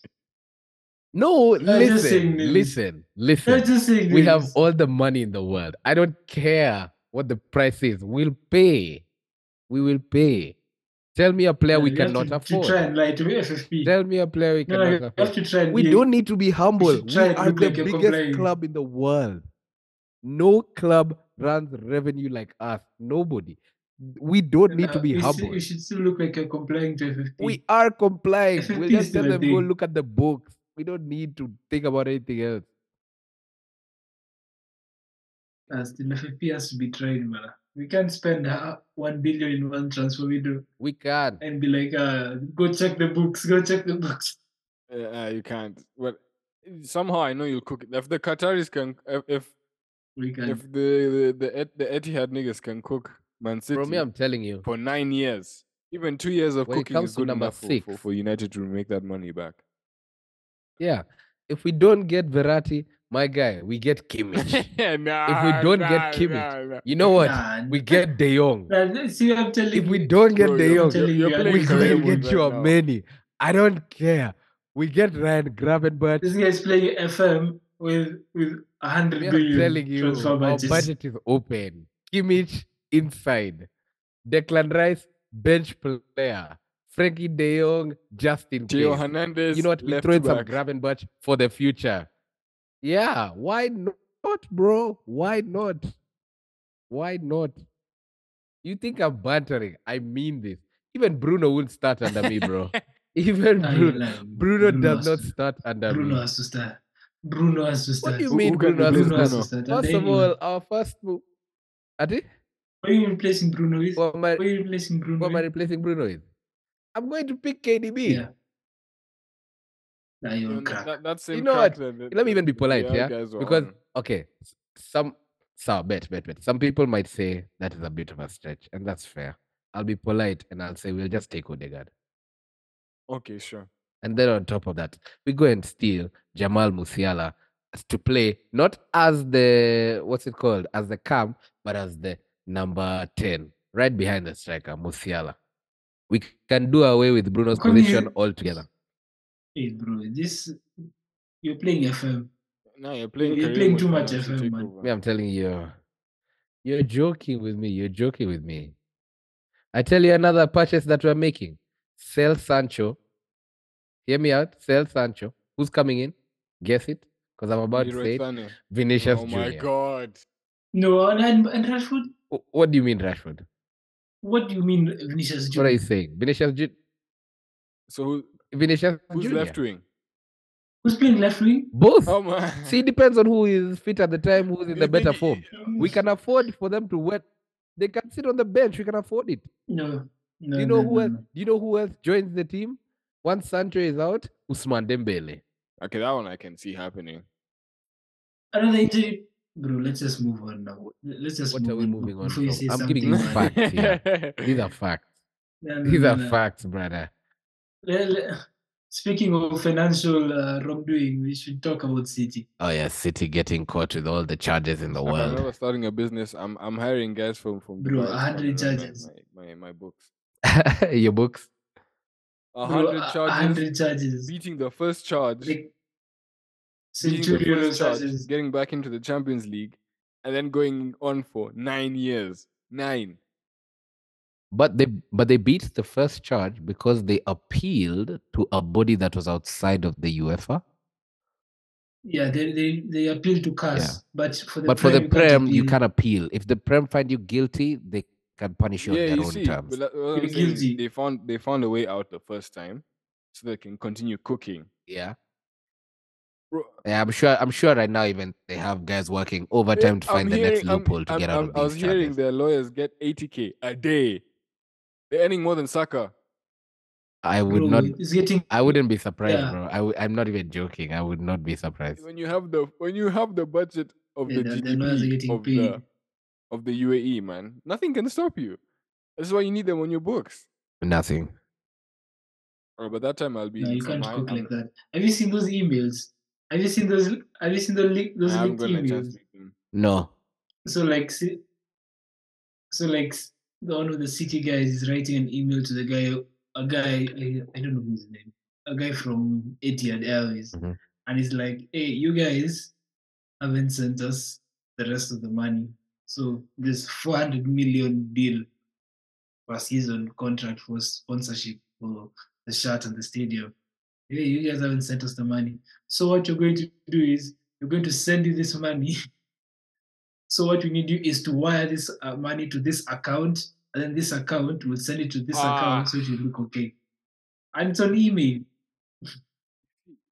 S2: No,
S3: No, I'm just
S2: listen,
S3: saying names.
S2: listen, listen.
S3: Let's just say
S2: We have
S3: this.
S2: all the money in the world. I don't care what the price is. We'll pay. We will pay. Tell me a player
S3: Yeah,
S2: we
S3: you have
S2: cannot
S3: to,
S2: afford.
S3: To try and lie to FFP.
S2: Tell me a player we
S3: no, no,
S2: cannot
S3: you have
S2: afford.
S3: to try and
S2: We
S3: be-
S2: don't need to be humble.
S3: should
S2: We
S3: try and
S2: are
S3: look
S2: the
S3: like you're
S2: biggest
S3: complying.
S2: club in the world. No club runs revenue like us. Nobody. We don't need to
S3: Nah,
S2: be
S3: uh, we Still,
S2: humble.
S3: we should still look like you're complying to FFP.
S2: We are complying.
S3: FFP
S2: We'll
S3: is
S2: just tell
S3: still a
S2: them go
S3: thing.
S2: look at the books. We don't need to think about anything else.
S3: Nah, still FFP has to be tried, man. We can't spend uh, one billion in one transfer window
S2: We can't.
S3: and be like, uh, go check the books, go check the books.
S4: Uh, uh, you can't. Well, somehow I know you'll cook it. If the Qataris can, if if,
S3: We can.
S4: if the the the, Et, the Etihad niggas can cook Man City
S2: From me, I'm telling you.
S4: for nine years, even two years of
S2: When it
S4: cooking
S2: comes
S4: is
S2: to
S4: good
S2: number
S4: enough for, for
S2: six-
S4: for United to make that money back.
S2: Yeah. If we don't get Verratti, my guy, we get Kimmich.
S4: Nah,
S2: don't get
S4: nah,
S2: Kimmich,
S4: nah, nah.
S2: you know what?
S3: Nah,
S2: We get De Jong.
S3: nah, see, I'm telling
S2: If we
S3: you,
S2: don't get
S4: Bro,
S2: De
S4: you're-
S2: Jong,
S4: you're-
S3: telling
S4: you're
S3: you, I'm
S4: playing
S2: we
S3: telling
S2: go and
S4: Kareem
S2: get
S4: right
S2: you
S4: now.
S2: a many. I don't care. We get Ryan Gravenberch.
S3: this guy's playing FM with with a hundred
S2: Me,
S3: billion
S2: I'm telling you,
S3: transfer
S2: our
S3: budgets.
S2: budget is open. Kimmich inside. Declan Rice, bench player. Frankie De Jong, Justin.
S4: Theo Hernandez.
S2: You know what? We
S4: left
S2: throw in some
S4: back.
S2: Gravenberch for the future. Yeah, why not, bro? Why not? Why not? You think I'm bantering? I mean this. Even Bruno won't start under me, bro. Even
S3: Nah, you're
S2: Bruno,
S3: lying.
S2: Bruno,
S3: has
S2: does not
S3: to-
S2: start under
S3: Bruno
S2: me.
S3: has to start. Bruno has to start.
S2: What do you
S4: Who-
S2: mean
S4: who can
S2: Bruno has to
S4: replace
S3: Bruno
S2: start?
S3: has
S4: Bruno?
S3: to start. and
S2: First of
S3: anyone.
S2: all, our first move. Adi?
S3: Who are you replacing Bruno with?
S2: Who am I,
S3: Who are you replacing Bruno
S2: who am I
S3: with?
S2: replacing Bruno with? I'm going to pick KDB.
S3: Yeah. Nah, you're
S4: Even
S3: on crack.
S4: That, that same
S2: know what?
S4: crack that- that-
S2: Let me even be
S4: that the
S2: polite,
S4: other
S2: yeah?
S4: guys were
S2: Because
S4: on.
S2: okay, s- some so bet, bet, bet. Some people might say that is a bit of a stretch, and that's fair. I'll be polite and I'll say we'll just take Odegaard.
S4: okay, sure.
S2: And then on top of that, we go and steal Jamal Musiala s- to play not as the what's it called as the cam, but as the number ten, right behind the striker Musiala. We c- can do away with Bruno's
S3: Come
S2: position
S3: here.
S2: altogether.
S3: Hey, bro, this you're playing FM.
S4: No, you're playing.
S3: you're playing
S4: Karim
S3: too
S4: Benzema
S3: much
S4: to
S3: FM,
S4: take
S3: man.
S4: over.
S2: Me, I'm telling you, you're joking with me. You're joking with me. I tell you another purchase that we're making. Sell Sancho. Hear me out. Sell Sancho. Who's coming in? Guess it. Because I'm about
S4: Leroy
S2: to say it.
S4: Sané.
S2: Vinicius
S4: Oh my
S2: Jr.
S4: god.
S3: No, and, and and Rashford,
S2: Wh- What do you mean, Rashford?
S3: what do you mean Vinicius
S2: What are
S3: Junior?
S2: you saying? Vinicius, Ju-
S4: So who,
S2: Vinicius
S4: who's
S2: Jr.
S4: left wing?
S3: Who's playing left wing?
S2: Both.
S4: Oh my.
S2: See, it depends on who is fit at the time, who's in the
S4: You think
S2: better
S4: i-
S2: form. We can afford for them to wait. They can sit on the bench. We can afford it.
S3: No, no.
S2: Do you know
S3: no,
S2: who
S3: no,
S2: else?
S3: no.
S2: Do you know who else joins the team once Sancho is out? Usman Dembele.
S4: Okay, that one I can see happening.
S3: Another injury, bro. Let's just move on now. Let's just
S2: What
S3: move
S2: are we
S3: on
S2: moving on
S3: before you
S2: from?
S3: say
S2: I'm giving
S3: something
S2: you
S3: bad.
S2: facts here. These are facts.
S3: No, no,
S2: These
S3: no,
S2: are
S3: no.
S2: facts, brother.
S3: Le- le- Speaking of financial uh, wrongdoing, we should talk about City.
S2: Oh yeah, City getting caught with all the charges in the
S4: If I'm
S2: world.
S4: never starting a business. I'm I'm hiring guys from from
S3: Bro,
S4: Dubai to
S3: a hundred
S4: come and run my-
S3: charges.
S4: My, my, my books.
S2: Your books.
S3: Bro,
S4: A hundred
S3: a- a
S4: charges.
S3: hundred charges.
S4: Beating the first charge.
S3: Like
S4: beating the
S3: centurion of
S4: first charge,
S3: charges.
S4: getting back into the Champions League, and then going on for nine years. Nine.
S2: But they but they beat the first charge because they appealed to a body that was outside of the UEFA.
S3: Yeah, they they, they appeal to CAS, but for the
S2: but for the
S3: prem
S2: Prem, you can appeal. If the Prem find you guilty, they can punish you on their own terms.
S4: But that- what I'm
S3: You're
S4: saying is
S3: guilty.
S4: They found they found a way out the first time, so they can continue cooking.
S2: yeah.
S4: Bro,
S2: Yeah, I'm sure. I'm sure right now, even they have guys working overtime to
S4: I'm
S2: find the next
S4: hearing- I'm-
S2: loophole to
S4: I'm-
S2: get out
S4: I'm-
S2: of
S4: I was
S2: these
S4: hearing
S2: charges.
S4: their lawyers get 80k a day. They're earning more than Saka.
S2: I would
S3: bro,
S2: not.
S3: It's getting
S2: I wouldn't be surprised,
S3: Yeah.
S2: bro. I w- I'm not even joking. I would not be surprised.
S4: When you have the when you have the budget of
S3: Yeah,
S4: the,
S3: the- the lawyers are
S4: GDP
S3: getting
S4: of
S3: paid.
S4: the of the UAE, man, nothing can stop you. That's why you need them on your books.
S2: Nothing.
S4: Or by that time I'll be.
S3: no,
S4: in
S3: you
S4: some
S3: can't
S4: high-
S3: cook
S4: I'm-
S3: like that. Have you seen those emails? Have you seen those have you seen those leak those
S4: I'm
S3: leaked
S4: gonna
S3: emails?
S4: translate them.
S2: No.
S3: So like si- so like s- the one of the city guys is writing an email to the guy a guy I, I don't know who's his name. A guy from Etihad Airways.
S2: Mhm.
S3: And he's like, Hey, you guys haven't sent us the rest of the money. So this four hundred million deal per season contract for sponsorship for the shirt and the stadium. Hey, you guys haven't sent us the money. So what you're going to do is you're going to send you this money. So what we need you is to wire this uh, money to this account, and then this account will send it to this
S4: Ah.
S3: account so it will look okay. And it's on email.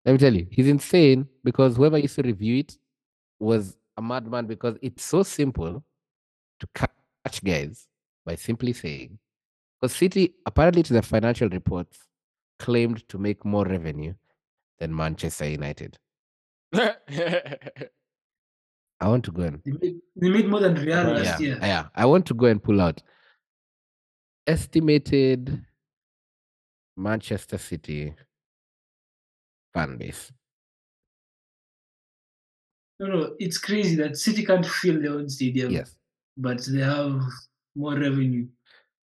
S2: Let me tell you, he's insane because whoever used to review it was a madman because it's so simple to ca- catch guys by simply saying, because City, apparently to the financial reports, claimed to make more revenue than Manchester United. I want to go and
S3: They made, they made more than Real
S4: Right.
S2: yeah,
S3: last year.
S2: yeah, I want to go and pull out estimated Manchester City fan base.
S3: No, no, it's crazy that City can't fill their own stadium,
S2: Yes.
S3: but they have more revenue.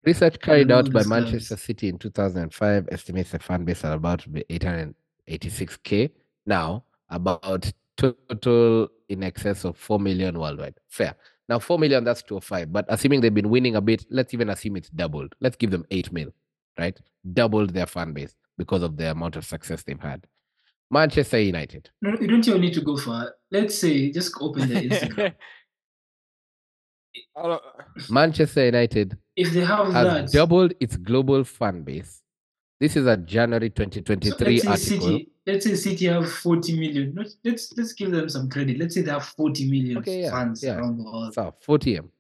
S2: Research carried
S3: know
S2: out by
S3: these clubs.
S2: Manchester City in 2005 estimates the fan base at about to be 886k. Now, about total in excess of 4 million worldwide. Fair. Now, 4 million, that's 205. But assuming they've been winning a bit, let's even assume it's doubled. Let's give them 8 mil, right? Doubled their fan base because of the amount of success they've had. Manchester United.
S3: No, you don't even need to go far. Let's say just open their Instagram.
S4: I don't-
S2: Manchester United
S3: if they have that,
S2: has doubled its global fan base. This is a January
S3: so
S2: 2023
S3: let's say
S2: article.
S3: City, let's say City have 40 million. Not- Let's let's give them some credit. Let's say they have 40 million
S2: Okay, yeah,
S3: fans
S2: yeah.
S3: around the world.
S2: So 40 M.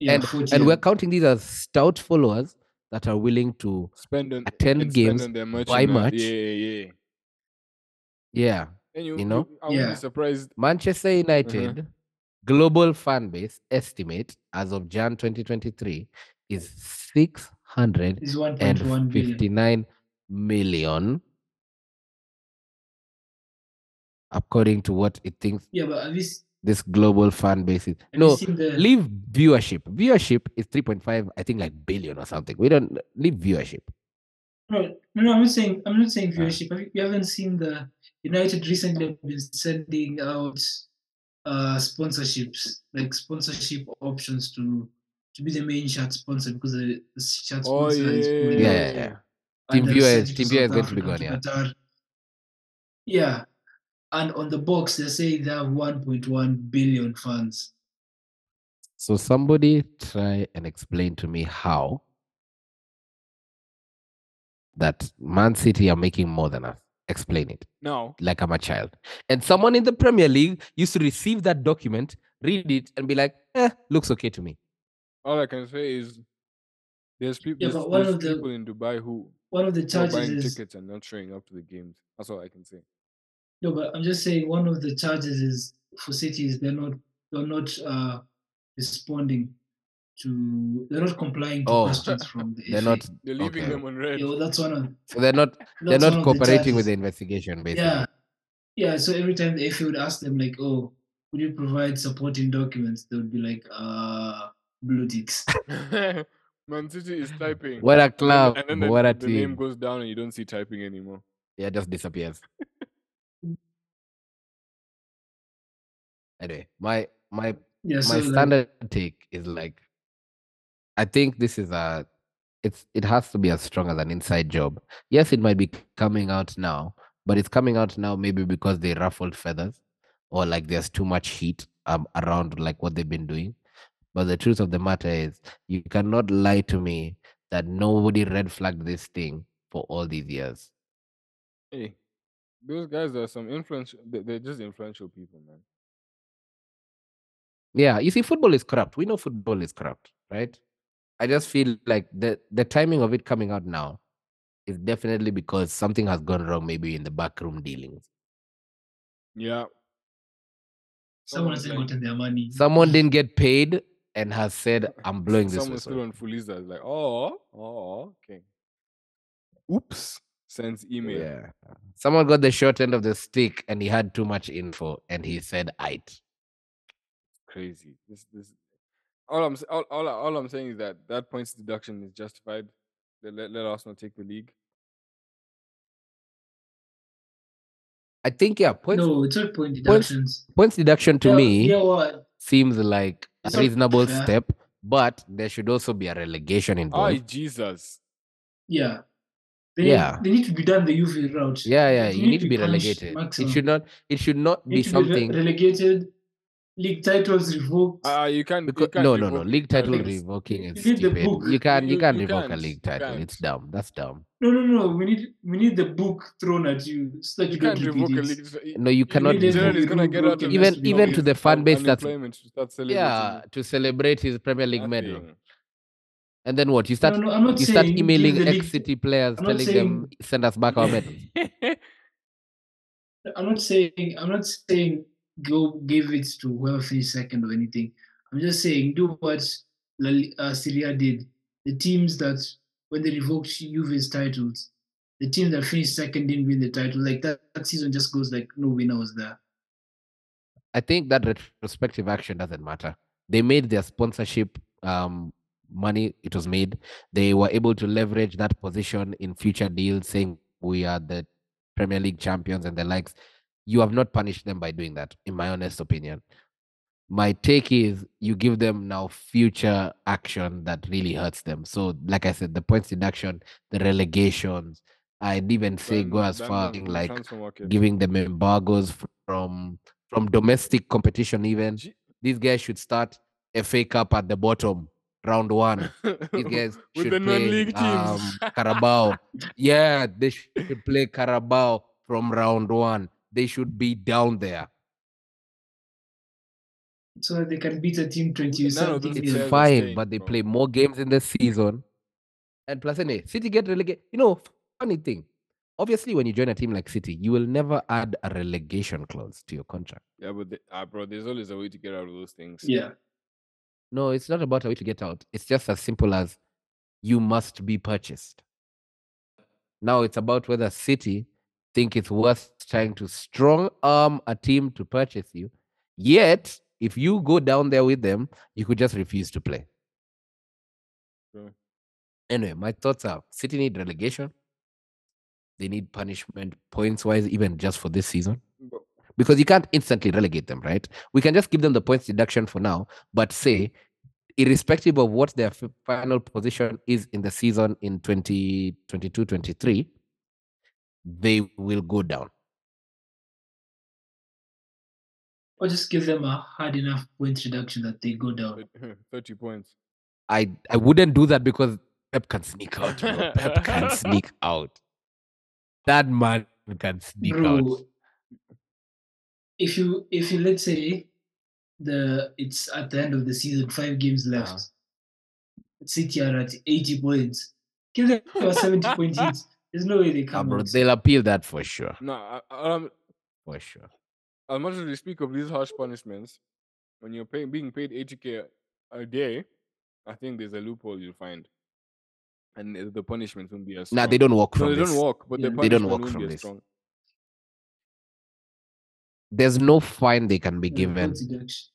S3: yeah,
S2: and,
S3: 40
S2: and we're
S3: million.
S2: counting these as stout followers that are willing to
S4: Spend on
S2: attend
S4: and
S2: games,
S4: spend on their
S2: buy
S4: merchandise.
S2: merch.
S4: Yeah, yeah, yeah.
S2: yeah,
S4: And you,
S2: You know?
S4: I wouldn't
S3: Yeah.
S4: be surprised.
S2: Manchester United global fan base estimate as of Jan 2023 is 659
S3: It's 1.1 billion.
S2: million, according to what it thinks
S3: Yeah, but have you, s-
S2: this global fan base is.
S3: have you
S2: No,
S3: seen the
S2: leave viewership. Viewership is 3.5, I think, like billion or something. We don't leave viewership.
S3: No, no, no, I'm not saying I'm not
S2: Ah.
S3: saying viewership. Have you, you haven't seen the United recently have been sending out uh sponsorships, like sponsorship options to to be the main shirt sponsor because the, the shirt
S4: Oh,
S3: sponsor is
S4: yeah,
S3: pulling
S2: Yeah,
S3: out
S2: yeah, yeah.
S3: and
S2: Team
S3: they're
S2: Viewer is-
S3: sending
S2: Team Viewer is
S3: South
S2: going to be
S3: Africa
S2: gone,
S3: Qatar. Yeah. And on the box they say they have 1.1 billion fans.
S2: So somebody try and explain to me how that Man City are making more than us. Explain it
S4: Now,
S2: like I'm a child. And someone in the Premier League used to receive that document, read it, and be like, eh, looks okay to me.
S4: all I can say is there's, peop-
S3: Yeah,
S4: there's,
S3: but one
S4: there's
S3: of the
S4: people in Dubai who
S3: One of the
S4: who are buying
S3: charges is
S4: tickets and not showing up to the games. That's all I can say.
S3: No, but I'm just saying one of the charges is for cities they're not they're not uh, responding to they're not complying to
S2: Oh,
S3: questions from the
S2: They're
S3: FA.
S2: not
S4: They're leaving
S2: Okay.
S4: them on red.
S3: Yeah, well, that's one of
S2: so they're not they're
S3: that's
S2: not
S3: one of
S2: cooperating with the
S3: charges.
S2: investigation, basically.
S3: Yeah, yeah. So every time the FA would ask them like, "Oh, would you provide supporting documents?" They would be like, "Uh, blue ticks."
S4: Man City is typing.
S2: What a
S4: And then-
S2: club.
S4: and then the,
S2: what a
S4: the name
S2: team.
S4: goes down and you don't see typing anymore.
S2: yeah, just disappears. anyway, my my
S3: Yeah, so
S2: my
S3: like,
S2: standard take is like i think this is a it's it has to be as strong as an inside job yes it might be coming out now but it's coming out now maybe because they ruffled feathers or like there's too much heat um, around like what they've been doing but the truth of the matter is you cannot lie to me that nobody red flagged this thing for all these years
S4: Hey, those guys are some influential. they- They're just influential people, man.
S2: Yeah, you see, football is corrupt. We know football is corrupt, right? I just feel like the the timing of it coming out now is definitely because something has gone wrong, maybe in the backroom dealings.
S4: Yeah.
S3: someone
S4: someone's
S3: hasn't
S4: like-
S3: gotten their money.
S2: Someone didn't get paid and has said, "I'm blowing this
S4: Someone's still
S2: whistle."
S4: on Fuliza. Like, oh, oh, okay. Oops. Sends email.
S2: Yeah, someone got the short end of the stick and he had too much info and he said, "It."
S4: Crazy. This, this. All I'm, s- all, all, I- all I'm saying is that that points deduction is justified. Let, let, let Arsenal take the league.
S2: I think yeah, points
S3: no, it's not point
S2: points
S3: deductions.
S2: points deduction to
S3: yeah,
S2: me
S3: yeah, what?
S2: seems like
S3: It's
S2: a
S3: not
S2: reasonable
S3: fair.
S2: step, but there should also be a relegation
S3: Ah,
S2: involved.
S4: Ay, Jesus.
S3: Yeah. They
S2: Yeah.
S3: Need, they need to be done the UV route.
S2: Yeah, yeah,
S3: They
S2: you need to be
S3: punished
S2: relegated. It
S3: maximum.
S2: should not. It should not
S3: Need
S2: be
S3: to
S2: something.
S3: re- relegated. League titles revoked.
S4: Ah, you can't. you
S2: Because,
S4: can't
S2: no, no, no.
S4: revoke it.
S2: League
S4: I
S2: title
S4: think it's-
S2: revoking
S3: you
S2: is
S3: need the
S2: stupid.
S3: book.
S2: You can't. You
S4: You-
S2: can't
S4: you
S2: revoke a
S4: can't,
S2: league
S4: you
S2: title.
S4: can't.
S2: It's dumb. That's dumb.
S3: no, no, no. We need we need the book thrown at you so that you,
S4: You
S3: don't
S4: can't
S3: repeat
S4: revoke a
S3: it.
S4: league. so
S2: No, you cannot.
S3: need a
S2: revoke
S4: Gerard is
S3: book.
S2: it.
S4: gonna get out of
S2: Even-
S4: his-
S2: even
S4: of
S2: to the
S4: his-
S2: fan
S4: of
S2: base that's-
S4: unemployment to start celebrating
S2: Yeah, to celebrate his Premier League medal,
S4: nothing.
S2: and then what? You
S3: No,
S2: start.
S3: no, I'm not
S2: You
S3: saying
S2: start
S3: give
S2: emailing
S3: the league-
S2: ex City players,
S3: I'm not
S2: telling them send us back our medals.
S3: I'm not saying I'm not saying go give it to whoever finished second or anything. I'm just saying do what La, Li- uh, Syria did. The teams that when they revoked Juve's titles, the team that finished second didn't win the title. Like that, that season just goes like no winner was there.
S2: I think that retrospective action doesn't matter. They made their sponsorship um, money, it was made. They were able to leverage that position in future deals, saying we are the Premier League champions and the likes. You have not punished them by doing that, in my honest opinion. My take is you give them now future action that really hurts them. So, like I said, the points deduction, the relegations. I'd even say
S4: Ban-
S2: go as
S4: ban
S2: far
S4: them from the
S2: like
S4: transfer market.
S2: giving them embargoes from from domestic competition even
S4: Gee.
S2: these guys should start FA Cup at the bottom round one these guys
S4: With
S2: should
S4: the
S2: play
S4: non-league
S2: um,
S4: teams.
S2: Carabao yeah they sh- should play Carabao from round one they should be down there
S3: So that they can beat a team twenty
S4: None of
S3: something.
S4: those
S2: it's
S4: players are
S2: fine
S4: staying,
S2: but they
S4: bro.
S2: play more games in the season And plus, anyway, City get relegated. You know, funny thing. Obviously, when you join a team like City, you will never add a relegation clause to your contract.
S4: Yeah, but the, ah, bro, there's always a way to get out of those things.
S3: Yeah.
S2: No, it's not about a way to get out. It's just as simple as you must be purchased. Now it's about whether City think it's worth trying to strong arm a team to purchase you. Yet, if you go down there with them, you could just refuse to play.
S4: Sure.
S2: Anyway, my thoughts are City need relegation. They need punishment points wise, even just for this season.
S4: But-
S2: Because you can't instantly relegate them, right? We can just give them the points deduction for now, but say, irrespective of what their fi- final position is in the season in 2022 23, they will go down.
S3: Or just give them a hard enough point reduction that they go down.
S4: but- 30 points.
S2: I I wouldn't do that because Pep can sneak out. bro. Pep can sneak out. That man can sneak out.
S3: Bro, if you if you let's say the it's at the end of the season, five games left.
S2: Uh-huh.
S3: City are at eighty points. Give them a seventy point hit. There's no way they
S2: Ah,
S3: come
S2: bro,
S3: out.
S2: they'll appeal that for sure.
S4: No, I, I, I'm,
S2: For sure.
S4: as much as we speak of these harsh punishments, when you're pay, being paid 80k a day, I think there's a loophole you'll find, and the- the punishment won't be as.
S2: Nah,
S4: strong.
S2: they don't walk
S4: No,
S2: from
S4: they
S2: this.
S4: don't walk, but the
S3: Yeah.
S2: They don't
S4: punishment
S2: walk
S4: won't
S2: from
S4: be as
S2: this.
S4: strong.
S2: There's no fine they can be
S3: Yeah,
S2: given.
S3: point reduction.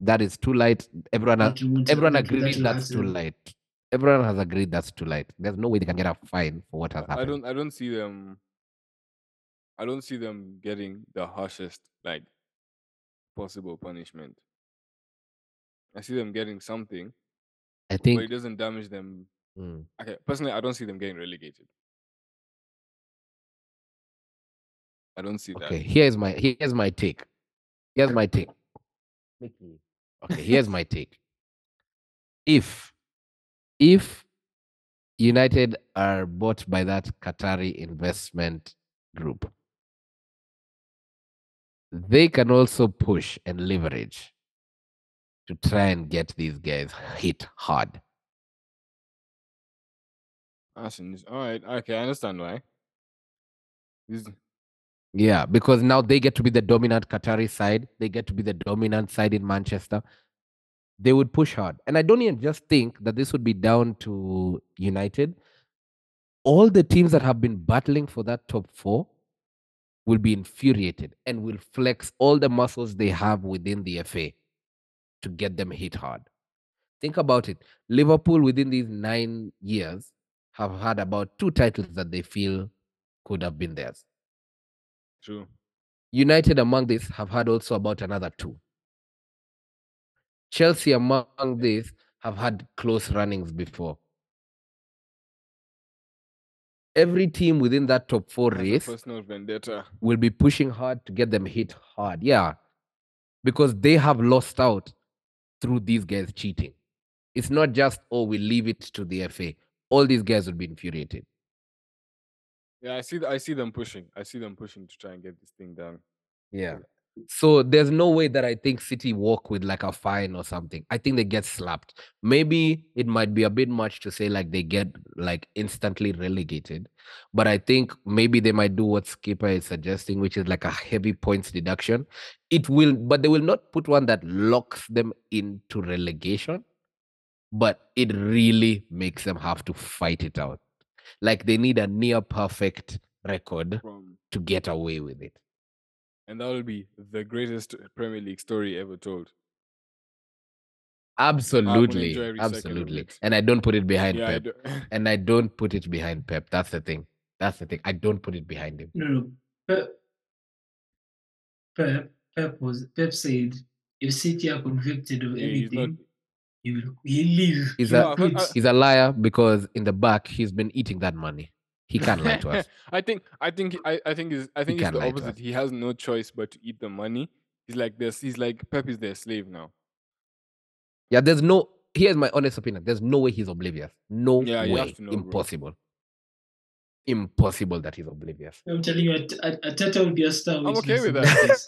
S2: That is too light. Everyone has,
S3: That won't-
S2: everyone
S3: that- that
S2: agrees
S3: will
S2: that's too
S3: happen.
S2: light. Everyone has agreed that's too light. There's no way they can get a fine for what has
S4: I
S2: happened.
S4: don't. I don't see them. I don't see them getting the harshest like possible punishment. I see them getting something,
S2: I,
S4: but it
S2: think
S4: doesn't damage them.
S2: mm,
S4: Okay, personally, I don't see them getting relegated. I don't see
S2: okay. Here's my here's my take. Here's my take. Okay, here's my take. If if United are bought by that Qatari investment group, they can also push and leverage to try and get these guys hit hard.
S4: that. Arsenal. All right. Okay, I understand why. This,
S2: Yeah, because now they get to be the dominant Qatari side. They get to be the dominant side in Manchester. They would push hard. And I don't even just think that this would be down to United. All the teams that have been battling for that top four will be infuriated and will flex all the muscles they have within the FA to get them hit hard. Think about it. Liverpool, within these nine years, have had about two titles that they feel could have been theirs.
S4: true.
S2: United among this have had also about another two. Chelsea among this have had close runnings before. Every team within that top four
S4: Has a
S2: race
S4: personal vendetta.
S2: will be pushing hard to get them hit hard. Yeah. Because they have lost out through these guys cheating. It's not just, oh, we leave it to the FA. All these guys would be infuriated.
S4: Yeah, I see. th- I see them pushing. I see them pushing to try and get this thing done.
S2: Yeah. So there's no way that I think City walk with like a fine or something. I think they get slapped. Maybe it might be a bit much to say like they get like instantly relegated, but I think maybe they might do what Skipper is suggesting, which is like a heavy points deduction. It will, but they will not put one that locks them into relegation, but it really makes them have to fight it out. Like they need a near perfect record
S4: From
S2: to get away with it.
S4: and that will be the greatest Premier League story ever told.
S2: Absolutely,
S4: enjoy every second of
S2: absolutely,
S4: it.
S2: and I don't put it behind
S4: Yeah, I
S2: Pep,
S4: do-
S2: and I don't put it behind Pep. That's the thing. That's the thing. I don't put it behind him.
S3: No, no. Pep, Pep, Pep was Pep said if City are convicted of
S4: Yeah, he's not-
S3: anything, he will he leave.
S2: Is
S3: He
S2: that-
S4: No, I-
S3: quits.
S2: He's a liar because in the back he's been eating that money. He can't lie to us.
S4: I think I think he- I, I think is I think it's
S2: can't
S4: the
S2: lie to us.
S4: opposite. He has no choice but to eat the money. He's like this. He's like Pep is their slave now.
S2: Yeah, there's no. Here's my honest opinion. There's no way he's oblivious. No
S4: Yeah, you have
S2: way.
S4: to know, bro.
S2: Impossible. Impossible that he's oblivious.
S3: I'm telling you, At- At- Ateta will be a star.
S4: I'm okay with that.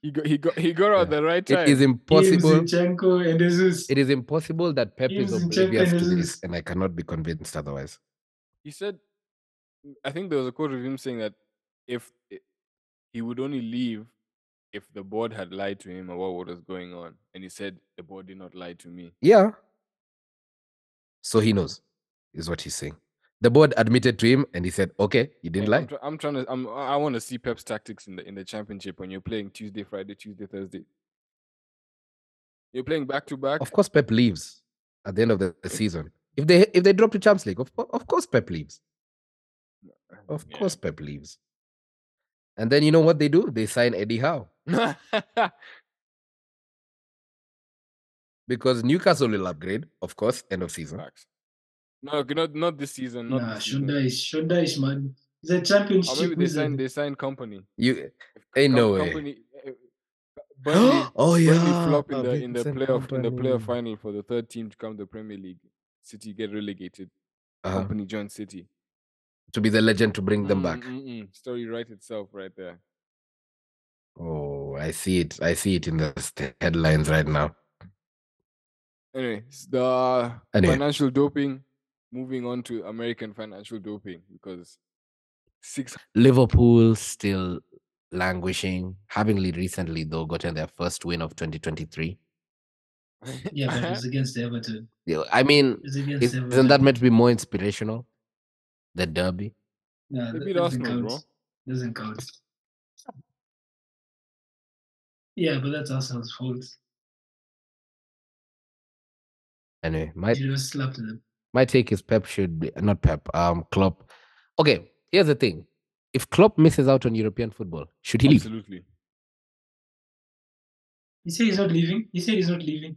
S4: He got he got he got out
S2: Yeah.
S4: the right
S2: It
S4: time.
S2: is impossible.
S3: Zinchenko and Jesus.
S2: It is impossible that Pep
S3: Gives
S2: is
S3: Zinchenko
S2: oblivious to this,
S3: Jesus.
S2: and I cannot be convinced otherwise.
S4: he said i think there was a quote of him saying that if i- he would only leave if the board had lied to him about what was going on and he said the board did not lie to me
S2: Yeah. So he knows, is what he's saying. The board admitted to him, and he said, "Okay, you didn't
S4: And
S2: lie."
S4: I'm, try- I'm trying to I'm, i want to see pep's tactics in the in the championship when you're playing tuesday friday tuesday thursday you're playing back to back
S2: Of course, Pep leaves at the end of the the season. If they if they drop to Champions League, of, co- of course Pep leaves. Of
S4: Yeah.
S2: course Pep leaves. And then you know what they do? They sign Eddie Howe because Newcastle will upgrade, of course, end of season.
S4: Facts. no okay, not not this season not
S3: Nah,
S4: this season.
S3: Shonda is Shonda is man. He's a
S4: or
S3: championship
S4: Oh, maybe they
S3: wizard.
S4: signed they signed company
S2: You ain't
S4: Com-
S2: no way.
S4: company eh, Burnley
S2: oh
S4: Burnley
S2: yeah,
S4: flop in the in the
S2: Vincent
S4: playoff in the playoff
S2: Kompany.
S4: final for the third team to come to the Premier League. City get relegated.
S2: Uh-huh.
S4: Company join City.
S2: To be the legend to bring them
S4: Mm,
S2: back.
S4: mm, mm. Story write itself right there.
S2: Oh, I see it. I see it in the st- headlines right now.
S4: Anyway, s- the
S2: Anyway.
S4: financial doping. Moving on to American financial doping because six
S2: Liverpool still languishing, having le- recently though gotten their first win of 2023.
S3: Yeah, but it's against Everton.
S2: Yeah, I mean,
S3: It's against
S2: is-
S3: Everton.
S2: isn't that meant to be more inspirational? The derby.
S3: Nah,
S4: They
S3: that
S4: beat
S3: doesn't
S4: Arsenal,
S3: count. Doesn't count. Yeah, but that's Arsenal's fault.
S2: Anyway, my
S3: They just slapped them.
S2: my take is Pep should be not Pep. Um, Klopp. Okay, here's the thing: if Klopp misses out on European football, should he leave?
S4: absolutely.
S3: He said he's not leaving. He said he's not leaving.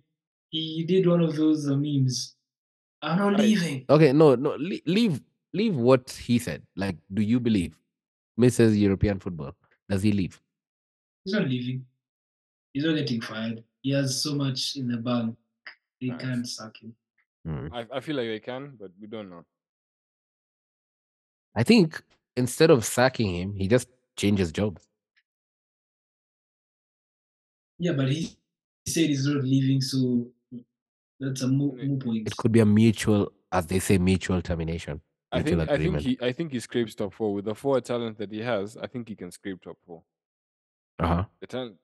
S3: He did one of those uh, memes. I'm not
S4: Right.
S3: leaving.
S2: Okay, no, no, le- leave, leave what he said. Like, do you believe misses European football? Does he leave?
S3: He's not leaving. He's not getting fired. He has so much in the bank. They
S4: Nice.
S3: can't sack him.
S2: Hmm.
S4: I, I feel like they can, but we don't know.
S2: I think instead of sacking him, he just changes jobs.
S3: Yeah, but he, he said he's not leaving, so that's a mo
S4: Anyway,
S3: mo point.
S2: It could be a mutual, as they say, mutual termination.
S4: I
S2: Mutual
S4: think I think
S2: agreement.
S4: he I think he scrapes top four with the four talent that he has. I think he can scrape top four.
S2: Uh
S3: Uh-huh.
S2: huh.
S4: The talent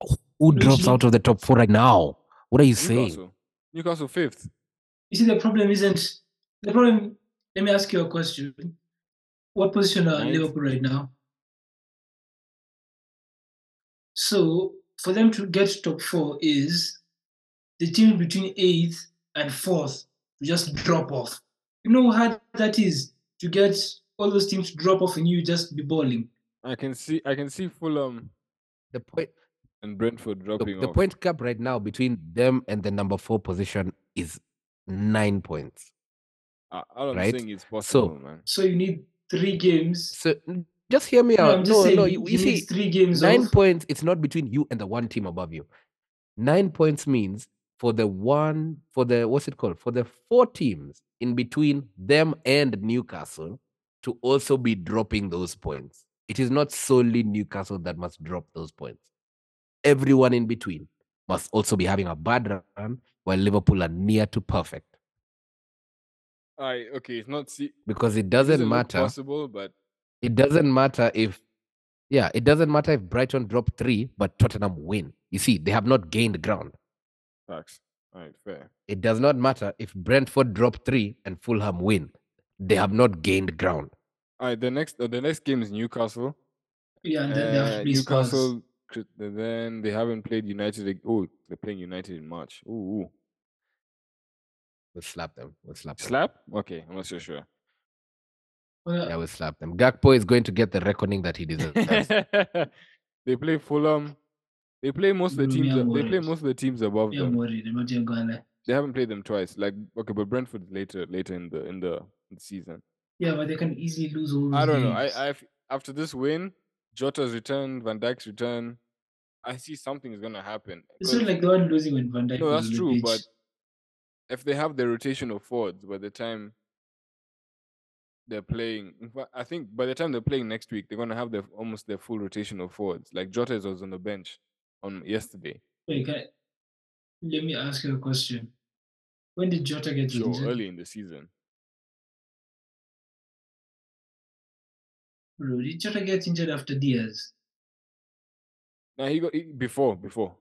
S2: Who
S3: Which
S2: drops
S3: league?
S2: out of the top four right now? What are you saying?
S4: Newcastle, Newcastle fifth.
S3: You see, the problem isn't the problem. Let me ask you a question. What position are
S4: Ninth.
S3: Liverpool right now? So for them to get top four is the team between eighth and fourth to just drop off. You know how hard that is to get all those teams to drop off and you just be balling.
S4: I can see I can see Fulham
S2: The point,
S4: and Brentford
S2: the,
S4: dropping
S2: the
S4: off.
S2: point gap right now between them and the number four position is nine points.
S4: Uh, all I'm
S2: right?
S4: saying is possible, man.
S3: So you need three games.
S2: So n- just hear me
S3: No,
S2: out.
S3: I'm just
S2: No,
S3: saying
S2: no,
S3: he-
S2: you,
S3: he
S2: you
S3: needs
S2: see,
S3: three games
S2: nine
S3: off.
S2: points. It's not between you and the one team above you. Nine points means for the one for the what's it called for the four teams in between them and Newcastle to also be dropping those points. It is not solely Newcastle that must drop those points. Everyone in between must also be having a bad run while Liverpool are near to perfect
S4: I okay, it's not see
S2: because it
S4: doesn't,
S2: doesn't
S4: look
S2: matter
S4: possible, but
S2: It doesn't matter if, yeah, it doesn't matter if Brighton drop three, but Tottenham win. You see, they have not gained ground.
S4: facts. All right, fair.
S2: It does not matter if Brentford drop three and Fulham win. They have not gained ground.
S4: All right, the next uh, the next game is Newcastle.
S3: Yeah, and then they have
S4: Uh,
S3: to be Spurs.
S4: Newcastle. cri- and Then they haven't played United. ag- Oh, they're playing United in March. Ooh, ooh.
S2: We'll slap them. We'll slap them.
S4: slap. Okay, I'm not so sure.
S3: Well,
S2: Yeah, we'll slap them. Gakpo is going to get the reckoning that he deserves.
S4: they play Fulham. They play most of the
S3: Mm,
S4: teams.
S3: yeah,
S4: a- They play
S3: worried.
S4: most of the teams above
S3: Yeah,
S4: them.
S3: I'm worried. I'm not even gonna lie.
S4: They haven't played them twice. Like okay, but Brentford later, later in the in the, in the season.
S3: Yeah, but they can easily lose all. Those
S4: I don't know.
S3: games.
S4: I, I f- after this win, Jota's return, Van Dyke's return, I see something is gonna happen.
S3: It's
S4: 'cause
S3: not like the one losing when Van Dijk
S4: No,
S3: was
S4: that's
S3: on the
S4: true,
S3: pitch.
S4: but- if they have the rotation of forwards by the time they're playing. In fact, I think by the time they're playing next week, they're gonna have their almost their full rotation of forwards. Like Jotez was on the bench on yesterday.
S3: Wait, can, let me ask you a question. When did Jota get
S4: So
S3: injured?
S4: early in the season.
S3: Bro, did Jota get injured after Diaz?
S4: Now he got he- before before.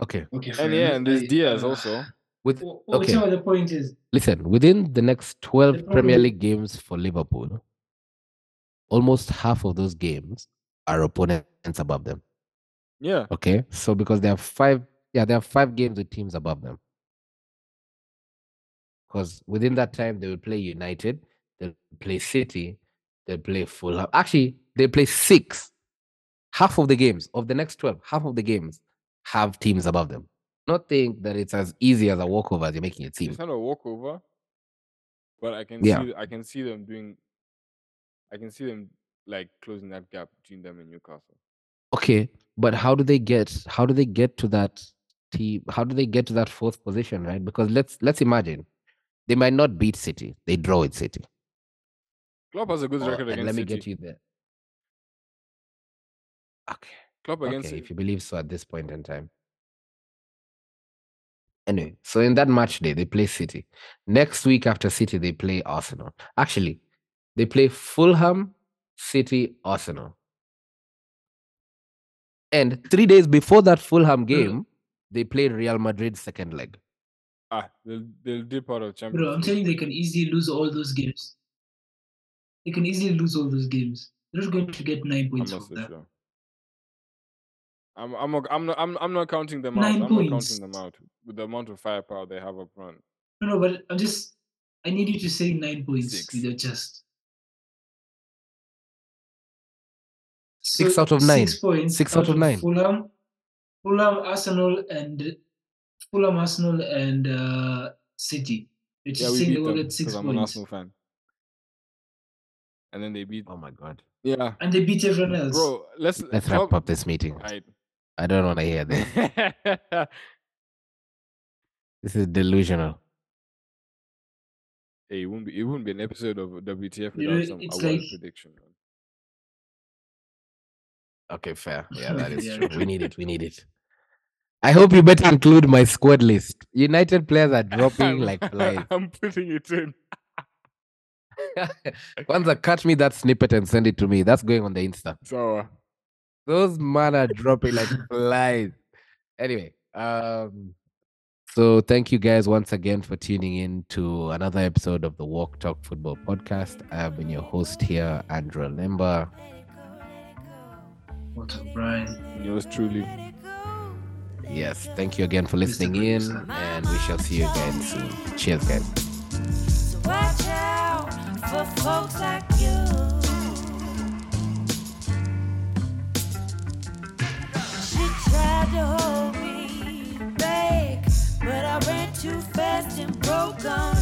S2: Okay.
S3: Okay, fair
S4: And yeah,
S3: enough.
S4: and there's
S3: I-
S4: Diaz
S3: uh,
S4: also.
S2: With
S3: wh- wh-
S2: Okay.
S3: Whichever the point is,
S2: listen, within the next 12 Premier
S3: problem-
S2: League games for Liverpool, almost half of those games are opponents above them.
S4: Yeah.
S2: Okay. So because there are five, yeah, there are five games with teams above them. Because within that time, they will play United, they'll play City, they'll play Fulham. Actually, they play six. Half of the games of the next 12, half of the games have teams above them. Not think that it's as easy as a walkover as you're making it seem.
S4: It's not a walkover, but I can
S2: Yeah.
S4: see I can see them doing. I can see them like closing that gap between them and Newcastle.
S2: Okay, but how do they get how do they get to that team how do they get to that fourth position, right? Because let's let's imagine they might not beat City, they draw with City.
S4: Klopp has a good
S2: Or-
S4: record
S2: and
S4: against
S2: let me
S4: City.
S2: get you there. Okay.
S4: Klopp against
S2: okay, if
S4: City.
S2: you believe so at this point in time. Anyway, so in that match day, they play City. Next week after City, they play Arsenal. Actually, they play Fulham, City, Arsenal. And three days before that Fulham game, they played Real Madrid's second leg.
S4: Ah, they'll they'll dip out of Champions.
S3: bro, I'm
S4: League.
S3: telling you, they can easily lose all those games. They can easily lose all those games. They're not going to get nine
S4: I'm
S3: points
S4: not
S3: from
S4: so
S3: that.
S4: sure. I'm I'm not I'm not I'm, I'm not counting them out.
S3: Nine
S4: I'm not
S3: points.
S4: counting them out with the amount of firepower they have up front.
S3: No, no, but I'm just. I need you to say nine points
S4: Six.
S3: with your chest.
S2: Six
S3: So,
S2: out of nine.
S3: Six points.
S2: Six out of nine.
S3: Fulham, Fulham, Arsenal, and Fulham, Arsenal, and uh, City. You're
S4: Yeah,
S3: just
S4: we
S3: saying
S4: beat
S3: they will
S4: them
S3: get six
S4: because I'm an
S3: points,
S4: Arsenal fan. And then they beat.
S2: Oh my god.
S4: Yeah,
S3: and they beat everyone else.
S4: bro. Let's
S2: Let's
S4: Klopp-
S2: wrap up this meeting.
S4: Aight.
S2: I don't want to hear this. This is delusional.
S4: Hey, it wouldn't be it wouldn't be an episode of WTF
S3: You
S4: without
S3: know,
S4: some
S3: it's
S4: award
S3: like-
S4: prediction. man.
S2: Okay, fair. Yeah, that is
S3: Yeah.
S2: true. We need it. We need it. I hope you better include my squad list. United players are dropping
S4: I'm-
S2: like flies.
S4: I'm putting it in.
S2: Kwanza, cut me that snippet and send it to me. That's going on the Insta.
S4: So uh,
S2: Those man are dropping like flies. Anyway, um, so thank you guys once again for tuning in to another episode of the Walk Talk Football Podcast. I have been your host here, Andrew Limba.
S3: What a Brian.
S4: yours truly.
S2: Yes, thank you again for listening in,
S3: producer.
S2: and we shall see you again soon. Cheers, guys.
S5: So watch out for folks like you. She tried to hold me back, but I ran too fast and broke on